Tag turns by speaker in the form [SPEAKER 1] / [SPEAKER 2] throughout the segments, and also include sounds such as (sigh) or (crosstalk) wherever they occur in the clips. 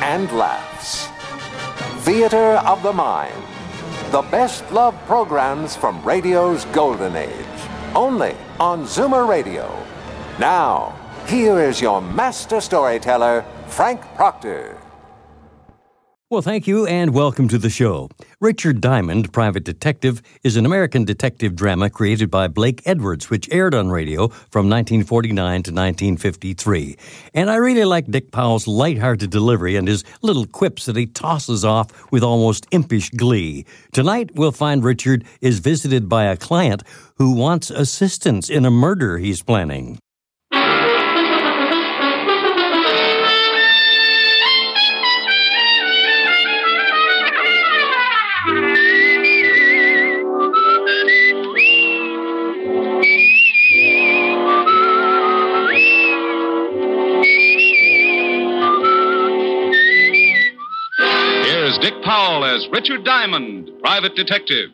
[SPEAKER 1] and laughs. Theater of the Mind. The best love programs from radio's golden age. Only on Zoomer Radio. Now, here is your master storyteller, Frank Proctor.
[SPEAKER 2] Well, thank you and welcome to the show. Richard Diamond, Private Detective, is an American detective drama created by Blake Edwards, which aired on radio from 1949 to 1953. And I really like Dick Powell's lighthearted delivery and his little quips that he tosses off with almost impish glee. Tonight, we'll find Richard is visited by a client who wants assistance in a murder he's planning.
[SPEAKER 3] Here's Dick Powell as Richard Diamond, private detective.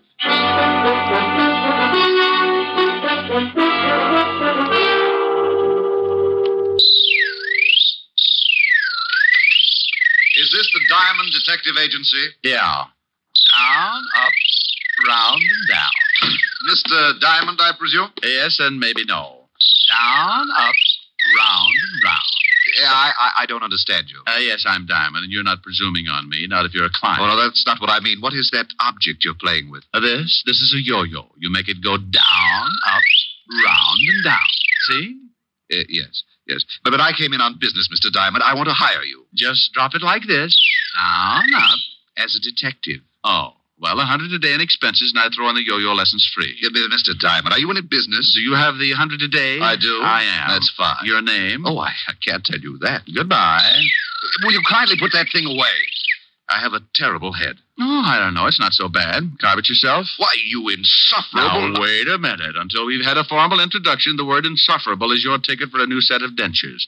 [SPEAKER 3] Is this the Diamond Detective Agency? Yeah. Down, up, round, and down. Mr. Diamond, I presume? Yes, and maybe no. Down, up, round, and round. Yeah, I, I, I don't understand you. Uh, yes, I'm Diamond, and you're not presuming on me, not if you're a client. Oh, no, that's not what I mean. What is that object you're playing with? this? This is a yo yo. You make it go down, up, round, and down. See? Uh, yes, yes. But, but I came in on business, Mr. Diamond. I want to hire you. Just drop it like this down, up, as a detective. Oh. Well, a hundred a day in expenses, and I throw in the yo-yo lessons free. Mr. Diamond, are you in business? Do you have the hundred a day? I do. I am. That's fine. Your name? Oh, I, I can't tell you that. Goodbye. Will you kindly put that thing away? I have a terrible head. Oh, I don't know. It's not so bad. Carve it yourself. Why, you insufferable. Now, wait a minute. Until we've had a formal introduction, the word insufferable is your ticket for a new set of dentures.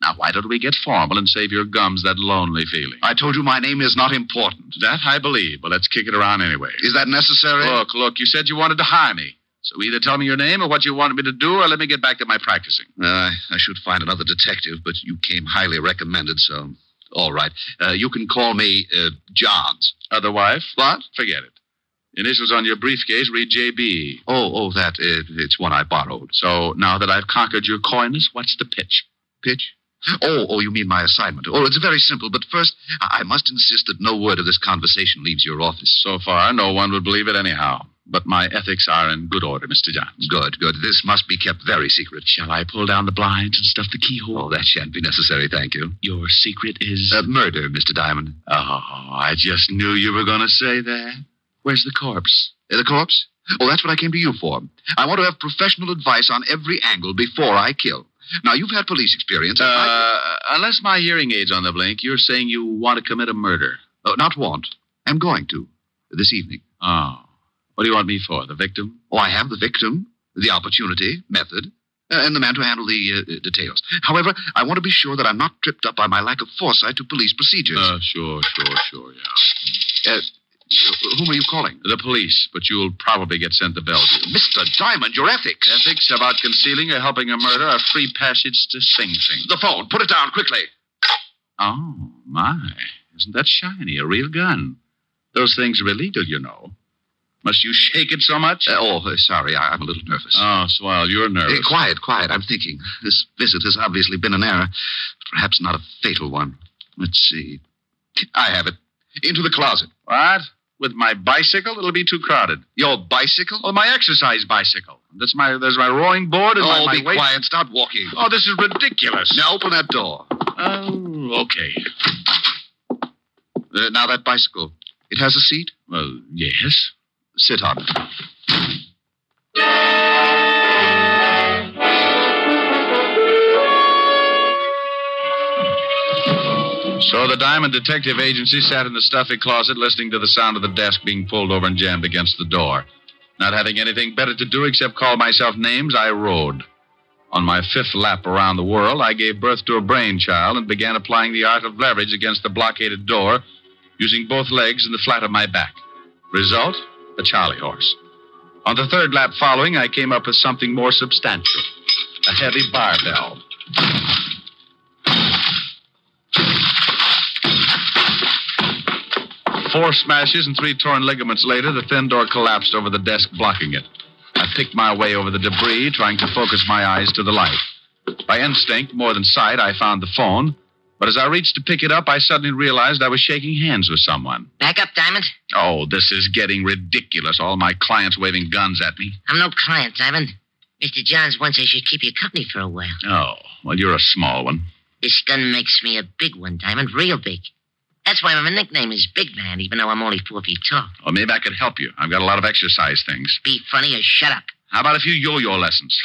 [SPEAKER 3] Now, why don't we get formal and save your gums that lonely feeling? I told you my name is not important. That I believe, but let's kick it around anyway. Is that necessary? Look, look, you said you wanted to hire me. So either tell me your name or what you wanted me to do, or let me get back to my practicing. I, Uh, I should find another detective, but you came highly recommended, so. All right. Uh, you can call me uh, Johns. Other wife? What? Forget it. Initials on your briefcase read JB. Oh, oh, that. Uh, it's one I borrowed. So now that I've conquered your coyness, what's the pitch? Pitch? Oh, oh, you mean my assignment. Oh, it's very simple, but first, I I must insist that no word of this conversation leaves your office. So far, no one would believe it anyhow. But my ethics are in good order, Mr. Johns. Good, good. This must be kept very secret. Shall I pull down the blinds and stuff the keyhole? Oh, that shan't be necessary, thank you. Your secret is. Uh, murder, Mr. Diamond. Oh, I just knew you were going to say that. Where's the corpse? Uh, the corpse? Oh, that's what I came to you for. I want to have professional advice on every angle before I kill. Now, you've had police experience. Uh, Unless my hearing aid's on the blink, you're saying you want to commit a murder. Oh, not want. I'm going to. This evening. Oh. What do you want me for? The victim? Oh, I have the victim, the opportunity, method, uh, and the man to handle the uh, uh, details. However, I want to be sure that I'm not tripped up by my lack of foresight to police procedures. Uh, sure, sure, sure, yeah. Uh, whom are you calling? The police, but you'll probably get sent to Bellevue. Mr. Diamond, your ethics. Ethics about concealing or helping a murder are free passage to Sing Sing. The phone. Put it down quickly. Oh, my. Isn't that shiny? A real gun. Those things are illegal, you know. Must you shake it so much? oh, uh, sorry. I, am a little nervous. Oh, swell. You're nervous. quiet, quiet. I'm thinking. This visit has obviously been an error, but perhaps not a fatal one. Let's see. I have it. Into the closet. What? With my bicycle? It'll be too crowded. Your bicycle? Oh, my exercise bicycle. That's my there's my rowing board and my,
[SPEAKER 4] Oh,
[SPEAKER 3] my
[SPEAKER 4] be
[SPEAKER 3] weight-
[SPEAKER 4] quiet. Stop walking.
[SPEAKER 3] Oh, this is ridiculous.
[SPEAKER 4] Now open that door.
[SPEAKER 3] Oh, okay.
[SPEAKER 4] Uh, now that bicycle. It has a seat?
[SPEAKER 3] Well, yes.
[SPEAKER 4] Sit on it.
[SPEAKER 3] So the Diamond Detective Agency sat in the stuffy closet listening to the sound of the desk being pulled over and jammed against the door. Not having anything better to do except call myself names, I rode. On my fifth lap around the world, I gave birth to a brainchild and began applying the art of leverage against the blockaded door using both legs and the flat of my back. Result? A Charlie horse. On the third lap following, I came up with something more substantial a heavy barbell. Four smashes and three torn ligaments later, the thin door collapsed over the desk, blocking it. I picked my way over the debris, trying to focus my eyes to the light. By instinct, more than sight, I found the phone, but as I reached to pick it up, I suddenly realized I was shaking hands with someone.
[SPEAKER 5] Back up, Diamond.
[SPEAKER 3] Oh, this is getting ridiculous. All my clients waving guns at me.
[SPEAKER 5] I'm no client, Diamond. Mr. Johns wants I should keep you company for a while.
[SPEAKER 3] Oh, well, you're a small one.
[SPEAKER 5] This gun makes me a big one, Diamond, real big. That's why my nickname is Big Man, even though I'm only four feet tall.
[SPEAKER 3] Well, maybe I could help you. I've got a lot of exercise things.
[SPEAKER 5] Be funny or shut up.
[SPEAKER 3] How about a few yo-yo lessons?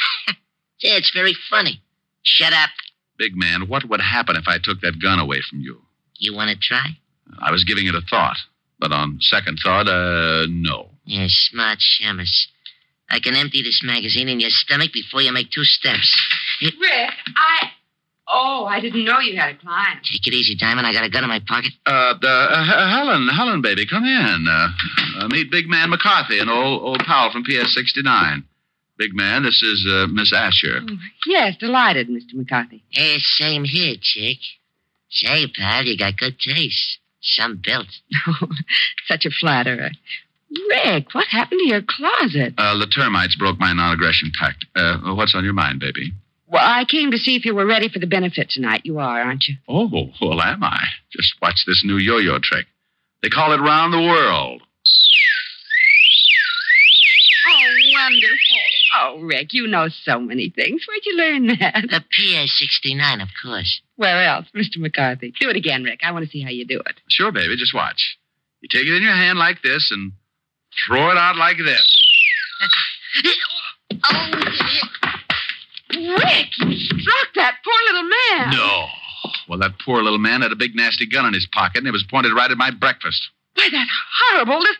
[SPEAKER 5] Yeah, it's very funny. Shut up.
[SPEAKER 3] Big man, what would happen if I took that gun away from you?
[SPEAKER 5] You want to try?
[SPEAKER 3] I was giving it a thought, but on second thought, uh, no.
[SPEAKER 5] Yeah, smart shamus. I can empty this magazine in your stomach before you make two steps.
[SPEAKER 6] Rick, I. Oh, I didn't know you had a client.
[SPEAKER 5] Take it easy, Diamond. I got a gun in my pocket.
[SPEAKER 3] Uh, the, uh, H- uh, Helen, Helen, baby, come in. Uh, uh, meet Big Man McCarthy, an old old pal from PS 69. Big Man, this is uh, Miss Asher.
[SPEAKER 6] Yes, delighted, Mr. McCarthy.
[SPEAKER 5] Hey, same here, chick. Say, pal, you got good taste. Some built.
[SPEAKER 6] Such a flatterer. Rick, what happened to your closet?
[SPEAKER 3] Uh, the termites broke my non-aggression pact. Uh, what's on your mind, baby?
[SPEAKER 6] Well, I came to see if you were ready for the benefit tonight. You are, aren't you?
[SPEAKER 3] Oh, well, am I? Just watch this new yo-yo trick. They call it round the world.
[SPEAKER 6] Oh, wonderful. Oh, Rick, you know so many things. Where'd you learn that?
[SPEAKER 5] The PA-69, of course.
[SPEAKER 6] Where else? Mr. McCarthy. Do it again, Rick. I want to see how you do it.
[SPEAKER 3] Sure, baby, just watch. You take it in your hand like this and throw it out like this.
[SPEAKER 5] Oh, yeah.
[SPEAKER 6] Rick, you struck that poor little man.
[SPEAKER 3] No. Well, that poor little man had a big nasty gun in his pocket, and it was pointed right at my breakfast.
[SPEAKER 6] Why, that horrible. This...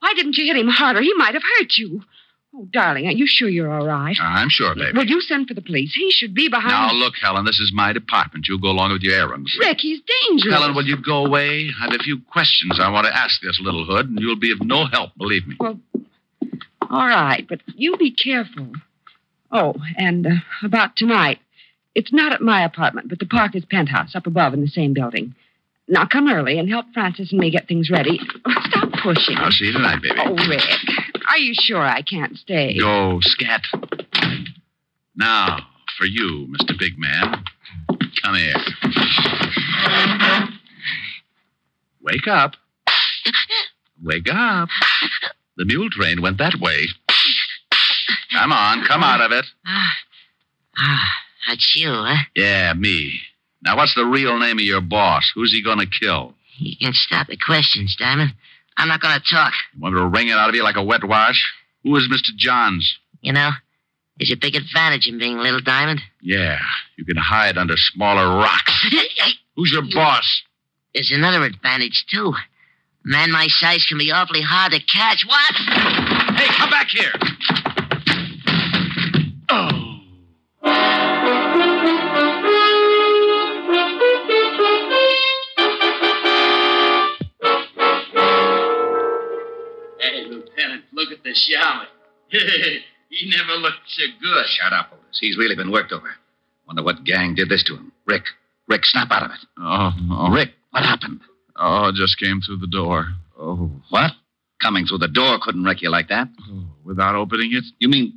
[SPEAKER 6] Why didn't you hit him harder? He might have hurt you. Oh, darling, are you sure you're all right?
[SPEAKER 3] I'm sure, baby.
[SPEAKER 6] Will you send for the police? He should be behind.
[SPEAKER 3] Now, look, Helen, this is my department. You go along with your errands.
[SPEAKER 6] Rick, he's dangerous.
[SPEAKER 3] Helen, will you go away? I've a few questions I want to ask this little hood, and you'll be of no help, believe me.
[SPEAKER 6] Well, all right, but you be careful. Oh, and uh, about tonight. It's not at my apartment, but the Parker's penthouse up above in the same building. Now come early and help Francis and me get things ready. Oh, stop pushing.
[SPEAKER 3] I'll see you tonight, baby.
[SPEAKER 6] Oh, Rick, are you sure I can't stay?
[SPEAKER 3] Go, scat. Now, for you, Mr. Big Man. Come here. Wake up. Wake up. The mule train went that way. Come on, come out of it.
[SPEAKER 5] Ah, ah, that's you, huh?
[SPEAKER 3] Yeah, me. Now, what's the real name of your boss? Who's he going to kill?
[SPEAKER 5] You can stop the questions, Diamond. I'm not going to talk.
[SPEAKER 3] You want me to wring it out of you like a wet wash? Who is Mr. Johns?
[SPEAKER 5] You know, there's a big advantage in being little, Diamond.
[SPEAKER 3] Yeah, you can hide under smaller rocks. (laughs) Who's your boss?
[SPEAKER 5] There's another advantage, too. A man my size can be awfully hard to catch. What?
[SPEAKER 3] Hey, come back here. Oh.
[SPEAKER 7] Hey, Lieutenant, look at the shaman. (laughs) he never looked so good.
[SPEAKER 8] Shut up, Otis. He's really been worked over. Wonder what gang did this to him. Rick, Rick, snap out of it.
[SPEAKER 3] Oh, oh.
[SPEAKER 8] Rick, what happened?
[SPEAKER 3] Oh, just came through the door. Oh.
[SPEAKER 8] What? Coming through the door couldn't wreck you like that.
[SPEAKER 3] oh, Without opening it?
[SPEAKER 8] You mean?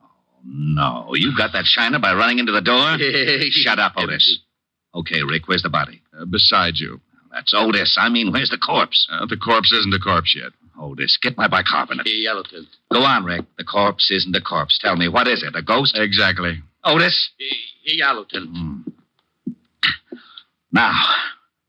[SPEAKER 8] Oh no! You got that shiner by running into the
[SPEAKER 3] (laughs)
[SPEAKER 8] door. Shut up, Otis. Okay, Rick, where's the body?
[SPEAKER 3] Uh, beside you.
[SPEAKER 8] That's Otis. I mean, where's the corpse?
[SPEAKER 3] Uh, the corpse isn't a corpse yet.
[SPEAKER 8] Otis, get my bicarbonate.
[SPEAKER 7] Hey, Yellowton.
[SPEAKER 8] Go on, Rick. The corpse isn't a corpse. Tell me, what is it? A ghost?
[SPEAKER 3] Exactly.
[SPEAKER 8] Otis.
[SPEAKER 7] Hmm. Hey, Yellowton.
[SPEAKER 8] Now,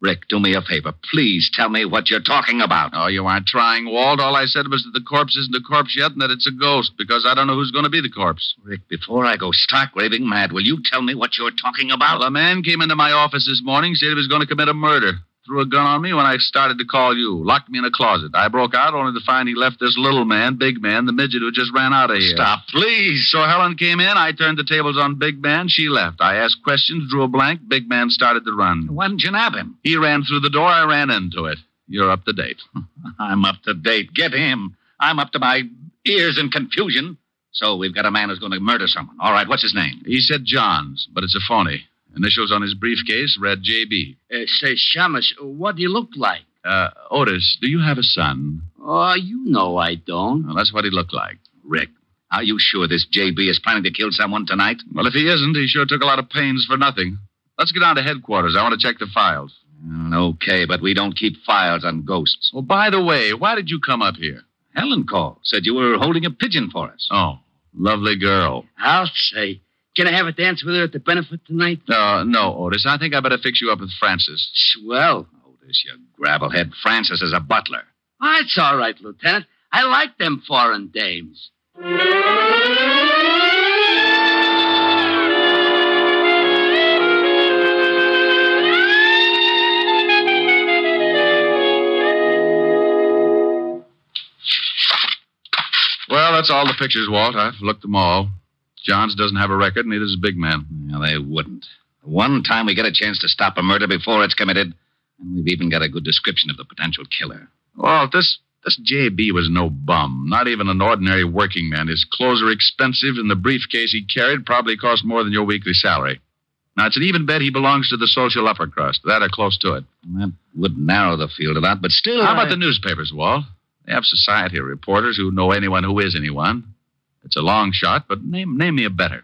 [SPEAKER 9] Rick, do me a favor. Please tell me what you're talking about.
[SPEAKER 3] Oh, you aren't trying, Walt. All I said was that the corpse isn't a corpse yet and that it's a ghost because I don't know who's going to be the corpse.
[SPEAKER 9] Rick, before I go stark raving mad, will you tell me what you're talking about?
[SPEAKER 3] Well, a man came into my office this morning, said he was going to commit a murder. Threw a gun on me when I started to call you. Locked me in a closet. I broke out only to find he left this little man, Big Man, the midget who just ran out of here.
[SPEAKER 9] Stop, please.
[SPEAKER 3] So Helen came in. I turned the tables on Big Man. She left. I asked questions, drew a blank. Big Man started to run.
[SPEAKER 9] Why didn't you nab him?
[SPEAKER 3] He ran through the door. I ran into it. You're up to date. (laughs)
[SPEAKER 9] I'm up to date. Get him. I'm up to my ears in confusion. So we've got a man who's going to murder someone. All right, what's his name?
[SPEAKER 3] He said Johns, but it's a phony. Initials on his briefcase read J.B.
[SPEAKER 7] Uh, say, Shamus, what do you look like?
[SPEAKER 3] Uh, Otis, do you have a son?
[SPEAKER 7] Oh, you know I don't.
[SPEAKER 3] Well, that's what he looked like.
[SPEAKER 9] Rick, are you sure this JB is planning to kill someone tonight?
[SPEAKER 3] Well, if he isn't, he sure took a lot of pains for nothing. Let's get down to headquarters. I want to check the files.
[SPEAKER 9] Mm, Okay, but we don't keep files on ghosts.
[SPEAKER 3] Oh, by the way, why did you come up here?
[SPEAKER 9] Helen called, said you were holding a pigeon for us.
[SPEAKER 3] Oh, lovely girl.
[SPEAKER 7] I'll say. Can I have a dance with her at the benefit tonight?
[SPEAKER 3] Uh, no, Otis, I think I better fix you up with Francis.
[SPEAKER 7] Swell.
[SPEAKER 9] Otis, you gravelhead. Francis is a butler.
[SPEAKER 7] Oh, it's all right, Lieutenant. I like them foreign dames.
[SPEAKER 3] Well, that's all the pictures, Walt. I've looked them all. Johns doesn't have a record, neither does Big Man.
[SPEAKER 9] Yeah, they wouldn't. The one time we get a chance to stop a murder before it's committed, and we've even got a good description of the potential killer.
[SPEAKER 3] Walt, this this JB was no bum, not even an ordinary working man. His clothes are expensive, and the briefcase he carried probably cost more than your weekly salary. Now, it's an even bet he belongs to the social upper crust, that or close to it.
[SPEAKER 9] And that would narrow the field a lot, but still.
[SPEAKER 3] How
[SPEAKER 9] I-
[SPEAKER 3] about the newspapers, Walt? They have society reporters who know anyone who is anyone. It's a long shot, but name name me a better.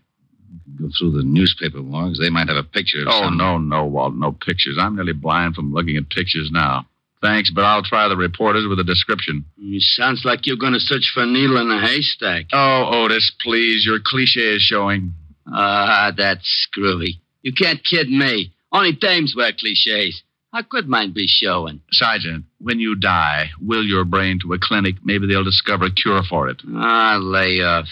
[SPEAKER 9] Go through the newspaper logs. They might have a picture of
[SPEAKER 3] Oh,
[SPEAKER 9] some-
[SPEAKER 3] no, no, Walt, no pictures. I'm nearly blind from looking at pictures now. Thanks, but I'll try the reporters with a description.
[SPEAKER 7] It sounds like you're going to search for a needle in a haystack.
[SPEAKER 3] Oh, Otis, please, your cliche is showing.
[SPEAKER 7] Ah, that's screwy. You can't kid me. Only dames wear cliches. How could mine be showing?
[SPEAKER 3] Sergeant, when you die, will your brain to a clinic. Maybe they'll discover a cure for it.
[SPEAKER 7] Ah, lay off.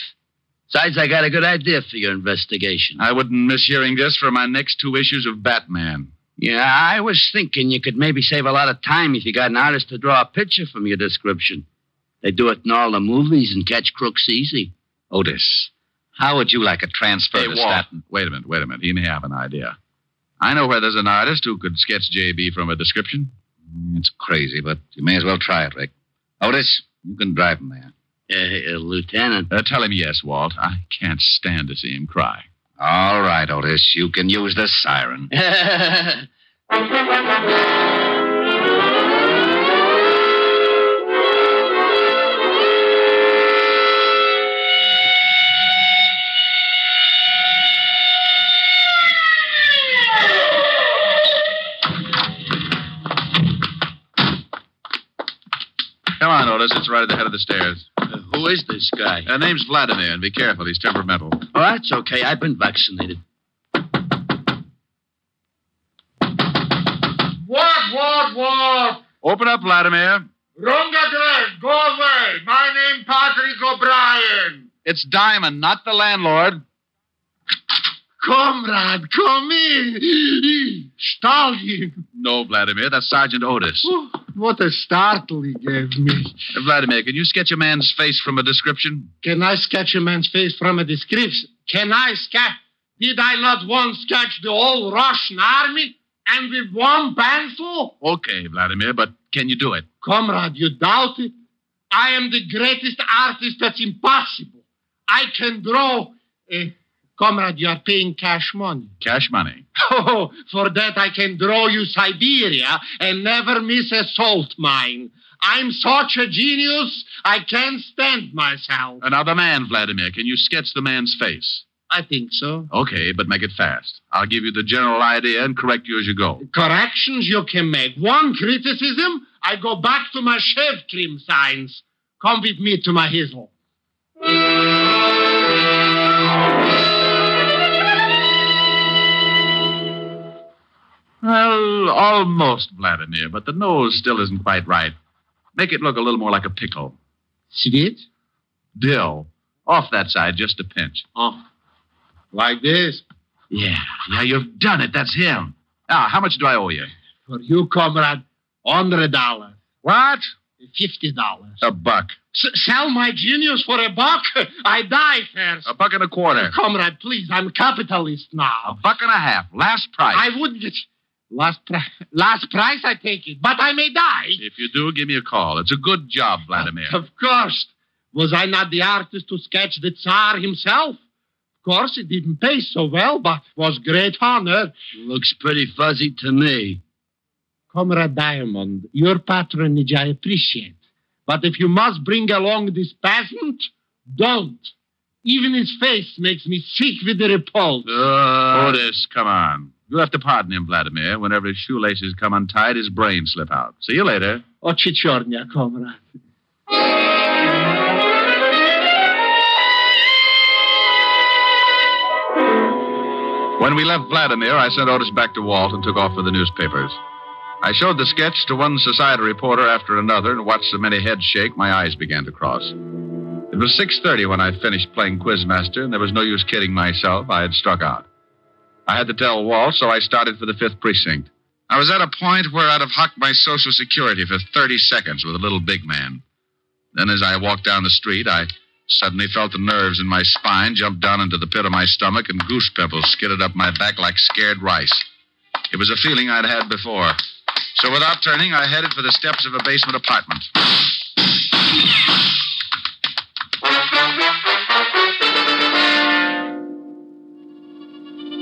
[SPEAKER 7] Besides, I got a good idea for your investigation.
[SPEAKER 3] I wouldn't miss hearing this for my next two issues of Batman.
[SPEAKER 7] yeah, I was thinking you could maybe save a lot of time if you got an artist to draw a picture from your description. They do it in all the movies and catch crooks easy.
[SPEAKER 9] Otis, how would you like a transfer to Staten?
[SPEAKER 3] Wait a minute, wait a minute. He may have an idea. I know where there's an artist who could sketch JB from a description. Mm,
[SPEAKER 9] It's crazy, but you may as well try it, Rick. Otis, you can drive him there.
[SPEAKER 7] Uh, uh, Lieutenant.
[SPEAKER 3] Uh, tell him yes, Walt. I can't stand to see him cry.
[SPEAKER 9] All right, Otis, you can use the siren.
[SPEAKER 3] Come on, Otis. It's right at the head of the stairs.
[SPEAKER 7] Uh, who is this guy?
[SPEAKER 3] Uh, name's Vladimir, and be careful. He's temperamental.
[SPEAKER 7] Oh, that's okay. I've been vaccinated.
[SPEAKER 10] What, what, what?
[SPEAKER 3] Open up, Vladimir.
[SPEAKER 10] Wrong address. Go away. My name Patrick O'Brien.
[SPEAKER 3] It's Diamond, not the landlord.
[SPEAKER 10] Comrade, come in. Stalin.
[SPEAKER 3] No, Vladimir. That's Sergeant Otis.
[SPEAKER 10] Oh, what a startle he gave me.
[SPEAKER 3] Uh, Vladimir, can you sketch a man's face from a description?
[SPEAKER 10] Can I sketch a man's face from a description? Can I sketch? Did I not once sketch the whole Russian army? And with one pencil?
[SPEAKER 3] Okay, Vladimir, but can you do it?
[SPEAKER 10] Comrade, you doubt it? I am the greatest artist that's impossible. I can draw. eh, comrade, you are paying cash money.
[SPEAKER 3] Cash money.
[SPEAKER 10] (laughs) Oh, for that I can draw you Siberia and never miss a salt mine. I'm such a genius, I can't stand myself.
[SPEAKER 3] Another man, Vladimir. Can you sketch the man's face?
[SPEAKER 10] I think so.
[SPEAKER 3] Okay, but make it fast. I'll give you the general idea and correct you as you go.
[SPEAKER 10] Corrections you can make. One criticism, I go back to my shave cream signs. Come with me to my hizzle.
[SPEAKER 3] Well, almost, Vladimir, but the nose still isn't quite right. Make it look a little more like a pickle.
[SPEAKER 10] See it?
[SPEAKER 3] Dill. Off that side, just a pinch.
[SPEAKER 10] Oh. Like this?
[SPEAKER 3] Yeah, yeah, you've done it. That's him. Ah, how much do I owe you?
[SPEAKER 10] For you, comrade, hundred dollars.
[SPEAKER 3] What?
[SPEAKER 10] Fifty dollars.
[SPEAKER 3] A buck.
[SPEAKER 10] S- sell my genius for a buck? I die first.
[SPEAKER 3] A buck and a quarter.
[SPEAKER 10] Comrade, please, I'm capitalist now.
[SPEAKER 3] Buck and a half. Last price.
[SPEAKER 10] I wouldn't. Last price. Last price, I take it. But I may die.
[SPEAKER 3] If you do, give me a call. It's a good job,
[SPEAKER 10] (laughs)
[SPEAKER 3] Vladimir.
[SPEAKER 10] Of course. Was I not the artist to sketch the Tsar himself? Of course, it didn't pay so well, but was great honor.
[SPEAKER 7] Looks pretty fuzzy to me.
[SPEAKER 10] Comrade Diamond, your patronage I appreciate. But if you must bring along this peasant, don't. Even his face makes me sick with the repulse.
[SPEAKER 3] Uh, Otis, come on. You have to pardon him, Vladimir. Whenever his shoelaces come untied, his brains slip out. See you later.
[SPEAKER 10] O Chichornia, comrade.
[SPEAKER 3] When we left Vladimir, I sent Otis back to Walt and took off for the newspapers. I showed the sketch to one society reporter after another and watched so many heads shake, my eyes began to cross. It was 6.30 when I finished playing Quizmaster, and there was no use kidding myself. I had struck out. I had to tell Walt, so I started for the 5th Precinct. I was at a point where I'd have hocked my Social Security for 30 seconds with a little big man. Then, as I walked down the street, I suddenly felt the nerves in my spine jump down into the pit of my stomach, and goose pimples skidded up my back like scared rice. It was a feeling I'd had before. So, without turning, I headed for the steps of a basement apartment.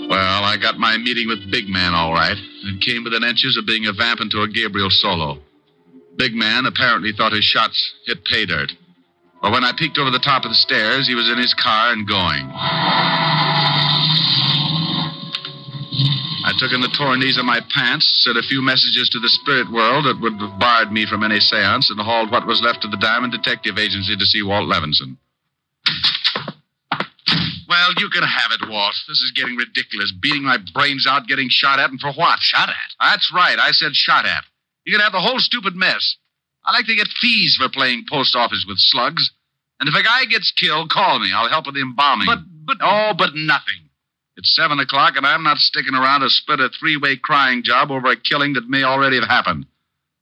[SPEAKER 3] Well, I got my meeting with Big Man all right, and came within inches of being a vamp into a Gabriel solo. Big Man apparently thought his shots hit pay dirt. But when I peeked over the top of the stairs, he was in his car and going. I took in the torn knees of my pants, sent a few messages to the spirit world that would have barred me from any seance, and hauled what was left of the Diamond Detective Agency to see Walt Levinson. Well, you can have it, Walt. This is getting ridiculous. Beating my brains out, getting shot at, and for what? Shot at? That's right. I said shot at. You can have the whole stupid mess. I like to get fees for playing post office with slugs. And if a guy gets killed, call me. I'll help with the embalming. But, but. Oh, but nothing. It's seven o'clock, and I'm not sticking around to split a three way crying job over a killing that may already have happened.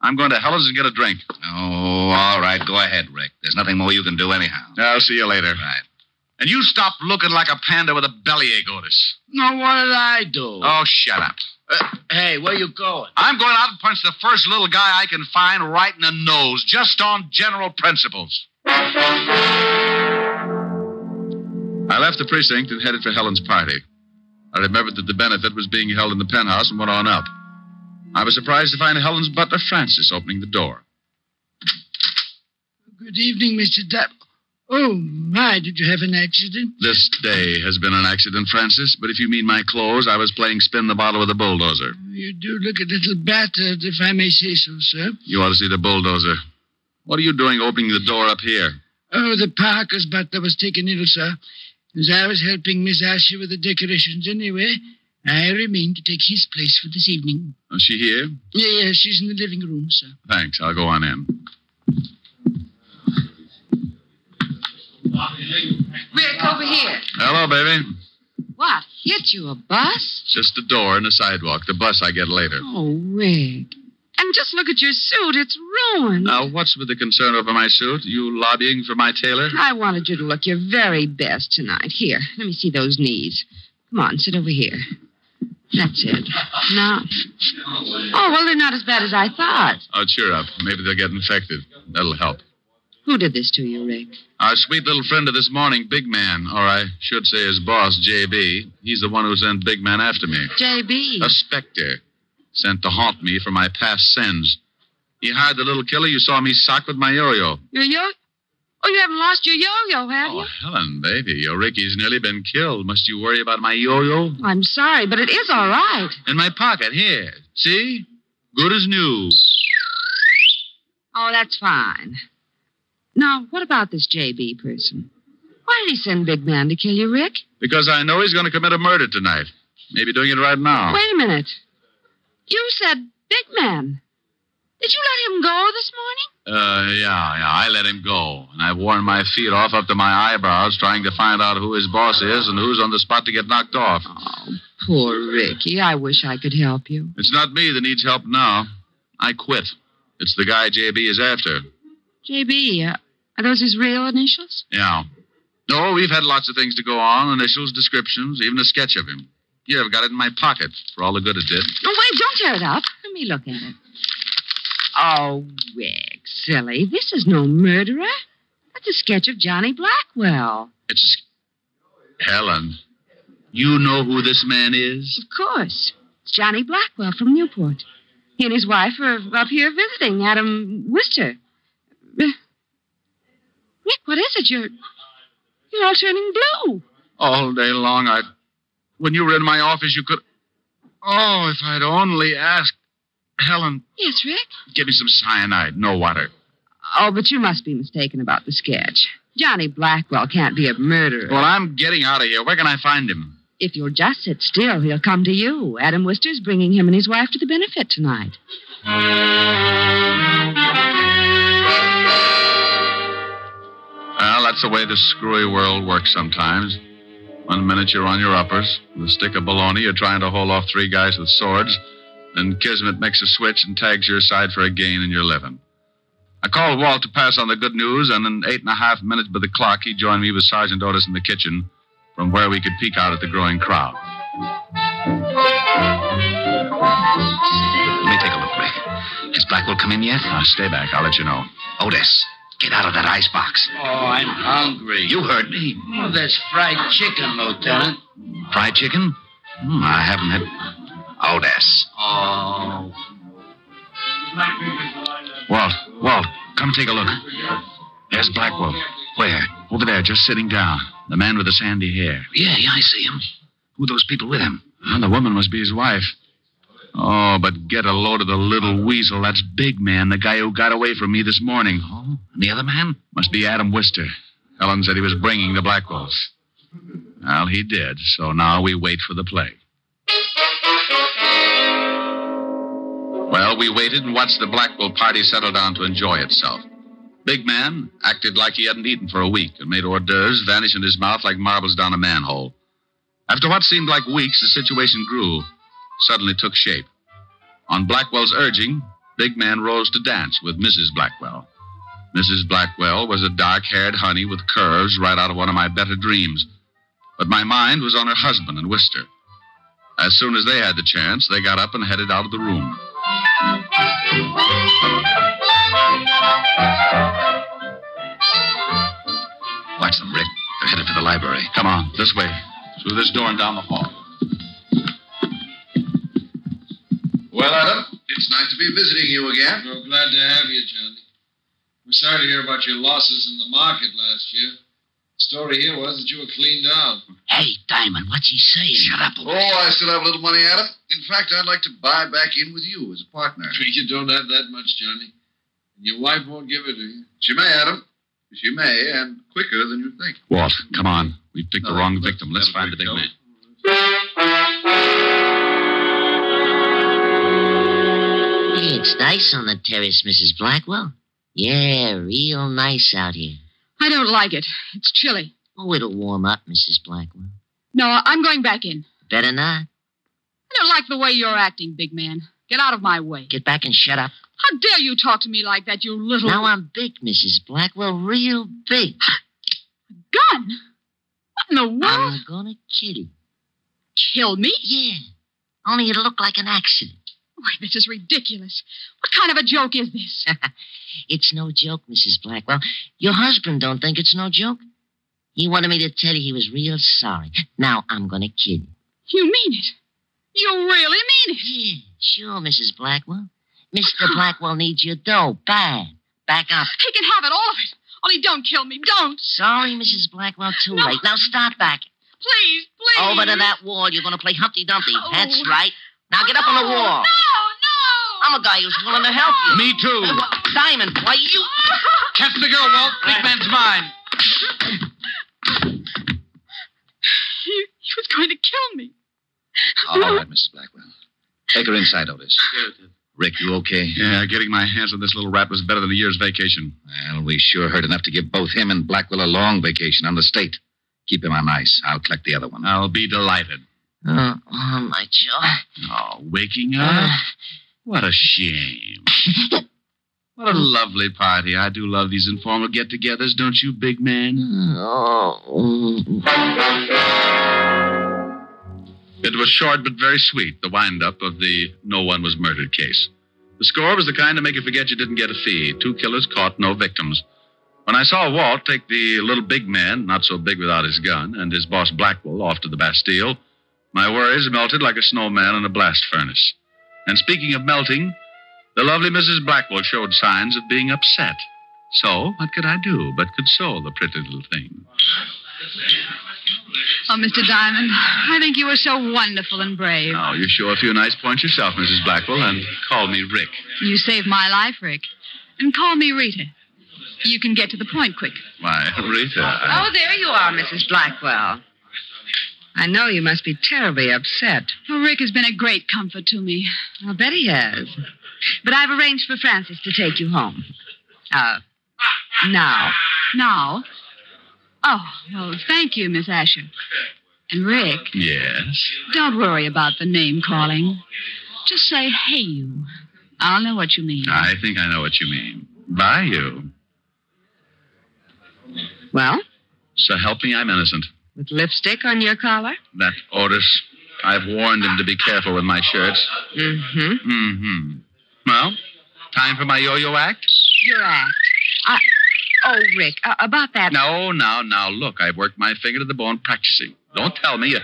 [SPEAKER 3] I'm going to Helen's and get a drink.
[SPEAKER 11] Oh, all right. Go ahead, Rick. There's nothing more you can do anyhow.
[SPEAKER 3] I'll see you later.
[SPEAKER 11] Right.
[SPEAKER 3] And you stop looking like a panda with a bellyache, Otis.
[SPEAKER 7] Now, what did I do?
[SPEAKER 3] Oh, shut up.
[SPEAKER 7] Uh, hey, where you going?
[SPEAKER 3] I'm going out and punch the first little guy I can find right in the nose, just on general principles. I left the precinct and headed for Helen's party. I remembered that the benefit was being held in the penthouse and went on up. I was surprised to find Helen's butler, Francis, opening the door.
[SPEAKER 12] Good evening, Mr. Dapp. Oh, my, did you have an accident?
[SPEAKER 3] This day has been an accident, Francis, but if you mean my clothes, I was playing spin the bottle with a bulldozer.
[SPEAKER 12] You do look a little battered, if I may say so, sir.
[SPEAKER 3] You ought to see the bulldozer. What are you doing opening the door up here?
[SPEAKER 12] Oh, the Parker's butler was taken ill, sir. As I was helping Miss Asher with the decorations anyway, I remained to take his place for this evening.
[SPEAKER 3] Is she here?
[SPEAKER 12] Yeah, yeah, she's in the living room, sir.
[SPEAKER 3] Thanks. I'll go on in.
[SPEAKER 6] Rick, over here.
[SPEAKER 3] Hello, baby.
[SPEAKER 6] What? Hit you a bus?
[SPEAKER 3] It's just a door and a sidewalk. The bus I get later.
[SPEAKER 6] Oh, Rick. And just look at your suit. It's ruined.
[SPEAKER 3] Now, what's with the concern over my suit? You lobbying for my tailor?
[SPEAKER 6] I wanted you to look your very best tonight. Here, let me see those knees. Come on, sit over here. That's it. Now. Oh, well, they're not as bad as I thought.
[SPEAKER 3] Oh, cheer up. Maybe they'll get infected. That'll help.
[SPEAKER 6] Who did this to you, Rick?
[SPEAKER 3] Our sweet little friend of this morning, Big Man, or I should say his boss, J.B. He's the one who sent Big Man after me.
[SPEAKER 6] J.B.
[SPEAKER 3] A specter sent to haunt me for my past sins. He hired the little killer you saw me sock with my yo-yo.
[SPEAKER 6] Your yo? Oh, you haven't lost your yo-yo, have
[SPEAKER 3] Oh,
[SPEAKER 6] you?
[SPEAKER 3] Helen, baby, your Ricky's nearly been killed. Must you worry about my yo-yo?
[SPEAKER 6] I'm sorry, but it is all right.
[SPEAKER 3] In my pocket, here. See? Good as new.
[SPEAKER 6] Oh, that's fine. Now, what about this J.B. person? Why did he send Big Man to kill you, Rick?
[SPEAKER 3] Oh. Because I know he's going to commit a murder tonight. Maybe doing it right now.
[SPEAKER 6] Wait a minute. You said big man. Did you let him go this morning?
[SPEAKER 3] Uh, yeah, yeah. I let him go, and I've worn my feet off up to my eyebrows trying to find out who his boss is and who's on the spot to get knocked off.
[SPEAKER 6] Poor Ricky. I wish I could help you.
[SPEAKER 3] It's not me that needs help now. I quit. It's the guy JB is after.
[SPEAKER 6] JB, uh, are those his real initials?
[SPEAKER 3] Yeah. No, we've had lots of things to go on initials, descriptions, even a sketch of him. Here, I've got it in my pocket for all the good it did.
[SPEAKER 6] No, Oh, wait, don't tear it up. Let me look at it. Oh, Rick, silly. This is no murderer. That's a sketch of Johnny Blackwell.
[SPEAKER 3] It's a. Helen, you know who this man is?
[SPEAKER 6] Of course. It's Johnny Blackwell from Newport. He and his wife are up here visiting Adam Wister. Rick, what is it? You're you're all turning blue.
[SPEAKER 3] All day long, I. When you were in my office, you could. Oh, if I'd only asked. Helen,
[SPEAKER 6] Yes, Rick.
[SPEAKER 3] give me some cyanide, no water.
[SPEAKER 6] Oh, but you must be mistaken about the sketch. Johnny Blackwell can't be a murderer.
[SPEAKER 3] Well, I'm getting out of here. Where can I find him?
[SPEAKER 6] If you'll just sit still, he'll come to you. Adam Wister's bringing him and his wife to the benefit tonight.
[SPEAKER 9] Well, that's the way the screwy world works sometimes. One minute you're on your uppers, with a stick of baloney, you're trying to haul off three guys with swords, then Kismet makes a switch and tags your side for a gain in your living. I called Walt to pass on the good news, and in eight and a half minutes by the clock, he joined me with Sergeant Otis in the kitchen, from where we could peek out at the growing crowd.
[SPEAKER 4] Let me take a look, Rick. Has Blackwell come in yet?
[SPEAKER 9] Ah,
[SPEAKER 3] stay back. I'll let you know.
[SPEAKER 4] Otis, get out of that icebox.
[SPEAKER 12] Oh, I'm hungry.
[SPEAKER 4] You heard me.
[SPEAKER 12] Oh, that's fried chicken, Lieutenant.
[SPEAKER 4] Fried chicken? Hmm, I haven't had. Otis.
[SPEAKER 12] Oh.
[SPEAKER 4] Walt, Walt, come take a look. There's Blackwell. Where?
[SPEAKER 3] Over there, just sitting down. The man with the sandy hair.
[SPEAKER 4] Yeah, yeah, I see him. Who are those people with him?
[SPEAKER 3] Oh, the woman must be his wife. Oh, but get a load of the little weasel. That's Big Man, the guy who got away from me this morning. Oh,
[SPEAKER 4] And the other man?
[SPEAKER 3] must be Adam Wister. Helen said he was bringing the Blackwells. Well, he did, so now we wait for the play. Well, we waited and watched the Blackwell party settle down to enjoy itself. Big Man acted like he hadn't eaten for a week and made hors d'oeuvres vanish in his mouth like marbles down a manhole. After what seemed like weeks, the situation grew, suddenly took shape. On Blackwell's urging, Big Man rose to dance with Mrs. Blackwell. Mrs. Blackwell was a dark haired honey with curves right out of one of my better dreams. But my mind was on her husband and Wister. As soon as they had the chance, they got up and headed out of the room.
[SPEAKER 4] Watch them, Rick. They're headed for the library.
[SPEAKER 3] Come on, this way. Through this door and down the hall. Well, Adam?
[SPEAKER 13] It's nice to be visiting you again. We're glad to have you, Johnny. We're sorry to hear about your losses in the market last year. The story here was that you were cleaned out.
[SPEAKER 5] Hey, Diamond, what's he saying? Shut up.
[SPEAKER 13] Oh, I still have a little money, Adam. In fact, I'd like to buy back in with you as a partner. you don't have that much, Johnny. And your wife won't give it to you. She may, Adam. She may, and quicker than you think.
[SPEAKER 3] Walt, come on. We picked the wrong victim. Let's find the big
[SPEAKER 14] (laughs)
[SPEAKER 3] man.
[SPEAKER 5] Hey, it's nice on the terrace, Mrs. Blackwell. Yeah, real nice out here.
[SPEAKER 6] I don't like it. It's chilly.
[SPEAKER 5] Oh, it'll warm up, Mrs. Blackwell.
[SPEAKER 6] No, I'm going back in.
[SPEAKER 5] Better not.
[SPEAKER 6] I don't like the way you're acting, big man. Get out of my way.
[SPEAKER 5] Get back and shut up.
[SPEAKER 6] How dare you talk to me like that, you little
[SPEAKER 5] Now I'm big, Mrs. Blackwell, real big.
[SPEAKER 6] gun? What in the world?
[SPEAKER 5] I'm gonna kill you.
[SPEAKER 6] Kill me?
[SPEAKER 5] Yeah. Only it'll look like an accident.
[SPEAKER 6] Why, this is ridiculous. What kind of a joke is this?
[SPEAKER 5] (laughs) It's no joke, Mrs. Blackwell. Your husband don't think it's no joke. He wanted me to tell you he was real sorry. Now I'm gonna kill you.
[SPEAKER 6] you mean it? You really mean it?
[SPEAKER 5] Yeah, sure, Mrs. Blackwell. Mr. Blackwell needs your dough bad. Back up.
[SPEAKER 6] He can have it, all of it. Only don't kill me. Don't.
[SPEAKER 5] Sorry, Mrs. Blackwell, too
[SPEAKER 6] No.
[SPEAKER 5] late. Now start back.
[SPEAKER 6] Please, please.
[SPEAKER 5] Over to that wall. You're gonna play Humpty Dumpty.
[SPEAKER 6] No.
[SPEAKER 5] That's right. Now get up on the
[SPEAKER 6] No,
[SPEAKER 5] wall.
[SPEAKER 6] No,
[SPEAKER 5] I'm a guy who's willing to help you.
[SPEAKER 4] Me too.
[SPEAKER 5] Diamond, why you?
[SPEAKER 4] Capture the girl, Walt. Big man's mine.
[SPEAKER 6] He, he was going to kill me.
[SPEAKER 4] All right, Mrs. Blackwell.
[SPEAKER 14] Take her inside, Otis. Rick, you okay?
[SPEAKER 3] Yeah, getting my hands on this little rat was better than a year's vacation.
[SPEAKER 14] Well, we sure heard enough to give both him and Blackwell a long vacation on the state. Keep him on ice. I'll collect the other one. I'll be delighted.
[SPEAKER 5] Oh, oh my jaw.
[SPEAKER 14] Oh, waking up? What a shame.
[SPEAKER 5] (laughs)
[SPEAKER 14] What a lovely party. I do love these informal get togethers, don't you, big man?
[SPEAKER 3] It was short but very sweet, the wind up of the no one was murdered case. The score was the kind to make you forget you didn't get a fee. Two killers caught, no victims. When I saw Walt take the little big man, not so big without his gun, and his boss Blackwell off to the Bastille, my worries melted like a snowman in a blast furnace. And speaking of melting, the lovely Mrs. Blackwell showed signs of being upset. So, what could I do but console the pretty little thing?
[SPEAKER 15] Oh, Mr. Diamond, I think you were so wonderful and brave.
[SPEAKER 3] Oh, you show a few nice points yourself, Mrs. Blackwell, and call me Rick.
[SPEAKER 15] You saved my life, Rick. And call me Rita. You can get to the point quick.
[SPEAKER 3] Why, (laughs) Rita. I-
[SPEAKER 6] Oh, there you are, Mrs. Blackwell. I know you must be terribly upset.
[SPEAKER 15] Oh, Rick has been a great comfort to me.
[SPEAKER 6] I'll bet he has. But I've arranged for Francis to take you home. Uh, now.
[SPEAKER 15] Now? Oh, well, thank you, Miss Asher. And Rick,
[SPEAKER 3] Yes.
[SPEAKER 15] don't worry about the name calling. Just say, hey, you. I'll know what you mean.
[SPEAKER 3] I think I know what you mean. By you.
[SPEAKER 6] Well?
[SPEAKER 3] So help me, I'm innocent.
[SPEAKER 6] With lipstick on your collar?
[SPEAKER 3] That Otis. I've warned him to be careful with my shirts.
[SPEAKER 6] Mm-hmm.
[SPEAKER 3] Mm-hmm. Well, time for my yo-yo act?
[SPEAKER 6] Your act. I... Oh, Rick, uh, about that.
[SPEAKER 3] No, now, now, look. I've worked my finger to the bone practicing. Don't tell me. uh,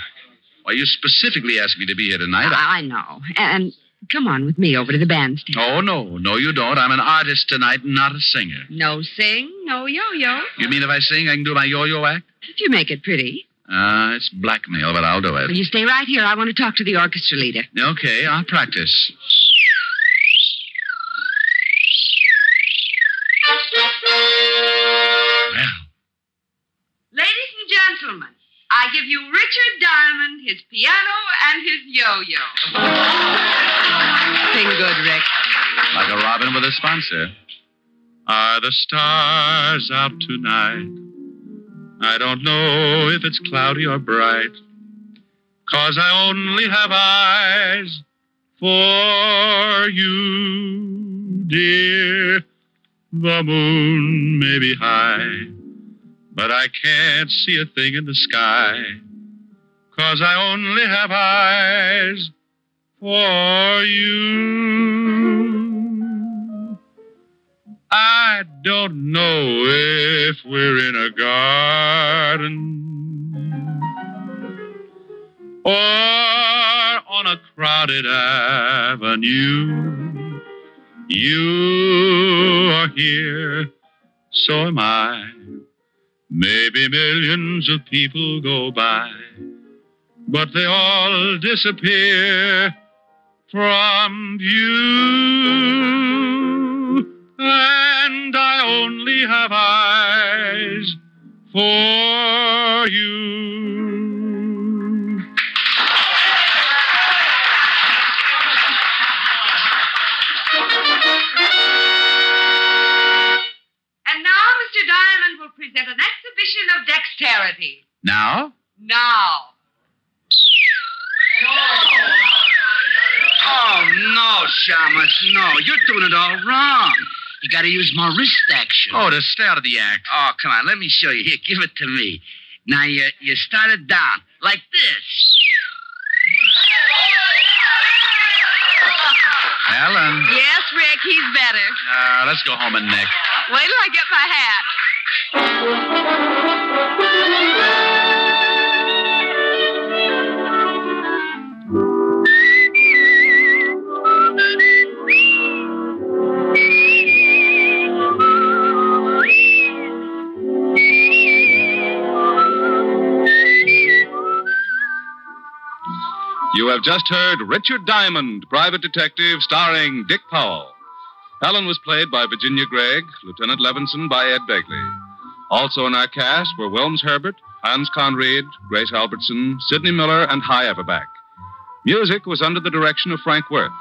[SPEAKER 3] Why, you specifically asked me to be here tonight.
[SPEAKER 6] I, I know. And come on with me over to the bandstand.
[SPEAKER 3] Oh, no. No, you don't. I'm an artist tonight, not a singer.
[SPEAKER 6] No sing, no yo-yo.
[SPEAKER 3] You mean if I sing, I can do my yo-yo act?
[SPEAKER 6] If you make it pretty.
[SPEAKER 3] Uh, it's blackmail, but I'll do
[SPEAKER 6] Will
[SPEAKER 3] it.
[SPEAKER 6] you stay right here? I want to talk to the orchestra leader.
[SPEAKER 3] Okay, I'll practice.
[SPEAKER 4] Ladies and gentlemen, I give you Richard Diamond, his piano, and his yo-yo.
[SPEAKER 6] Sing good, Rick.
[SPEAKER 3] Like a robin with a sponsor.
[SPEAKER 16] Are the stars out tonight? I don't know if it's cloudy or bright, 'cause I only have eyes for you, dear. The moon may be high, but I can't see a thing in the sky, 'cause I only have eyes for you. I don't know if we're in a garden or on a crowded avenue. You are here, so am I. Maybe millions of people go by, but they all disappear from view and I only have eyes for you.
[SPEAKER 4] And now Mr. Diamond will present an exhibition of dexterity.
[SPEAKER 3] Now?
[SPEAKER 4] Now.
[SPEAKER 7] Oh, no, Shamus, no. You're doing it all wrong. You gotta use my wrist action.
[SPEAKER 3] Oh, to stay out of the act.
[SPEAKER 7] Oh, come on, let me show you. Here, give it to me. Now, you, you start it down, like this.
[SPEAKER 3] Ellen.
[SPEAKER 4] Yes, Rick, he's better.
[SPEAKER 3] Uh, let's go home and neck.
[SPEAKER 4] Wait till I get my hat.
[SPEAKER 17] You have just heard Richard Diamond, Private Detective, starring Dick Powell. Helen was played by Virginia Gregg, Lieutenant Levinson by Ed Begley. Also in our cast were Wilms Herbert, Hans Conried, Grace Albertson, Sidney Miller, and High Everback. Music was under the direction of Frank Worth.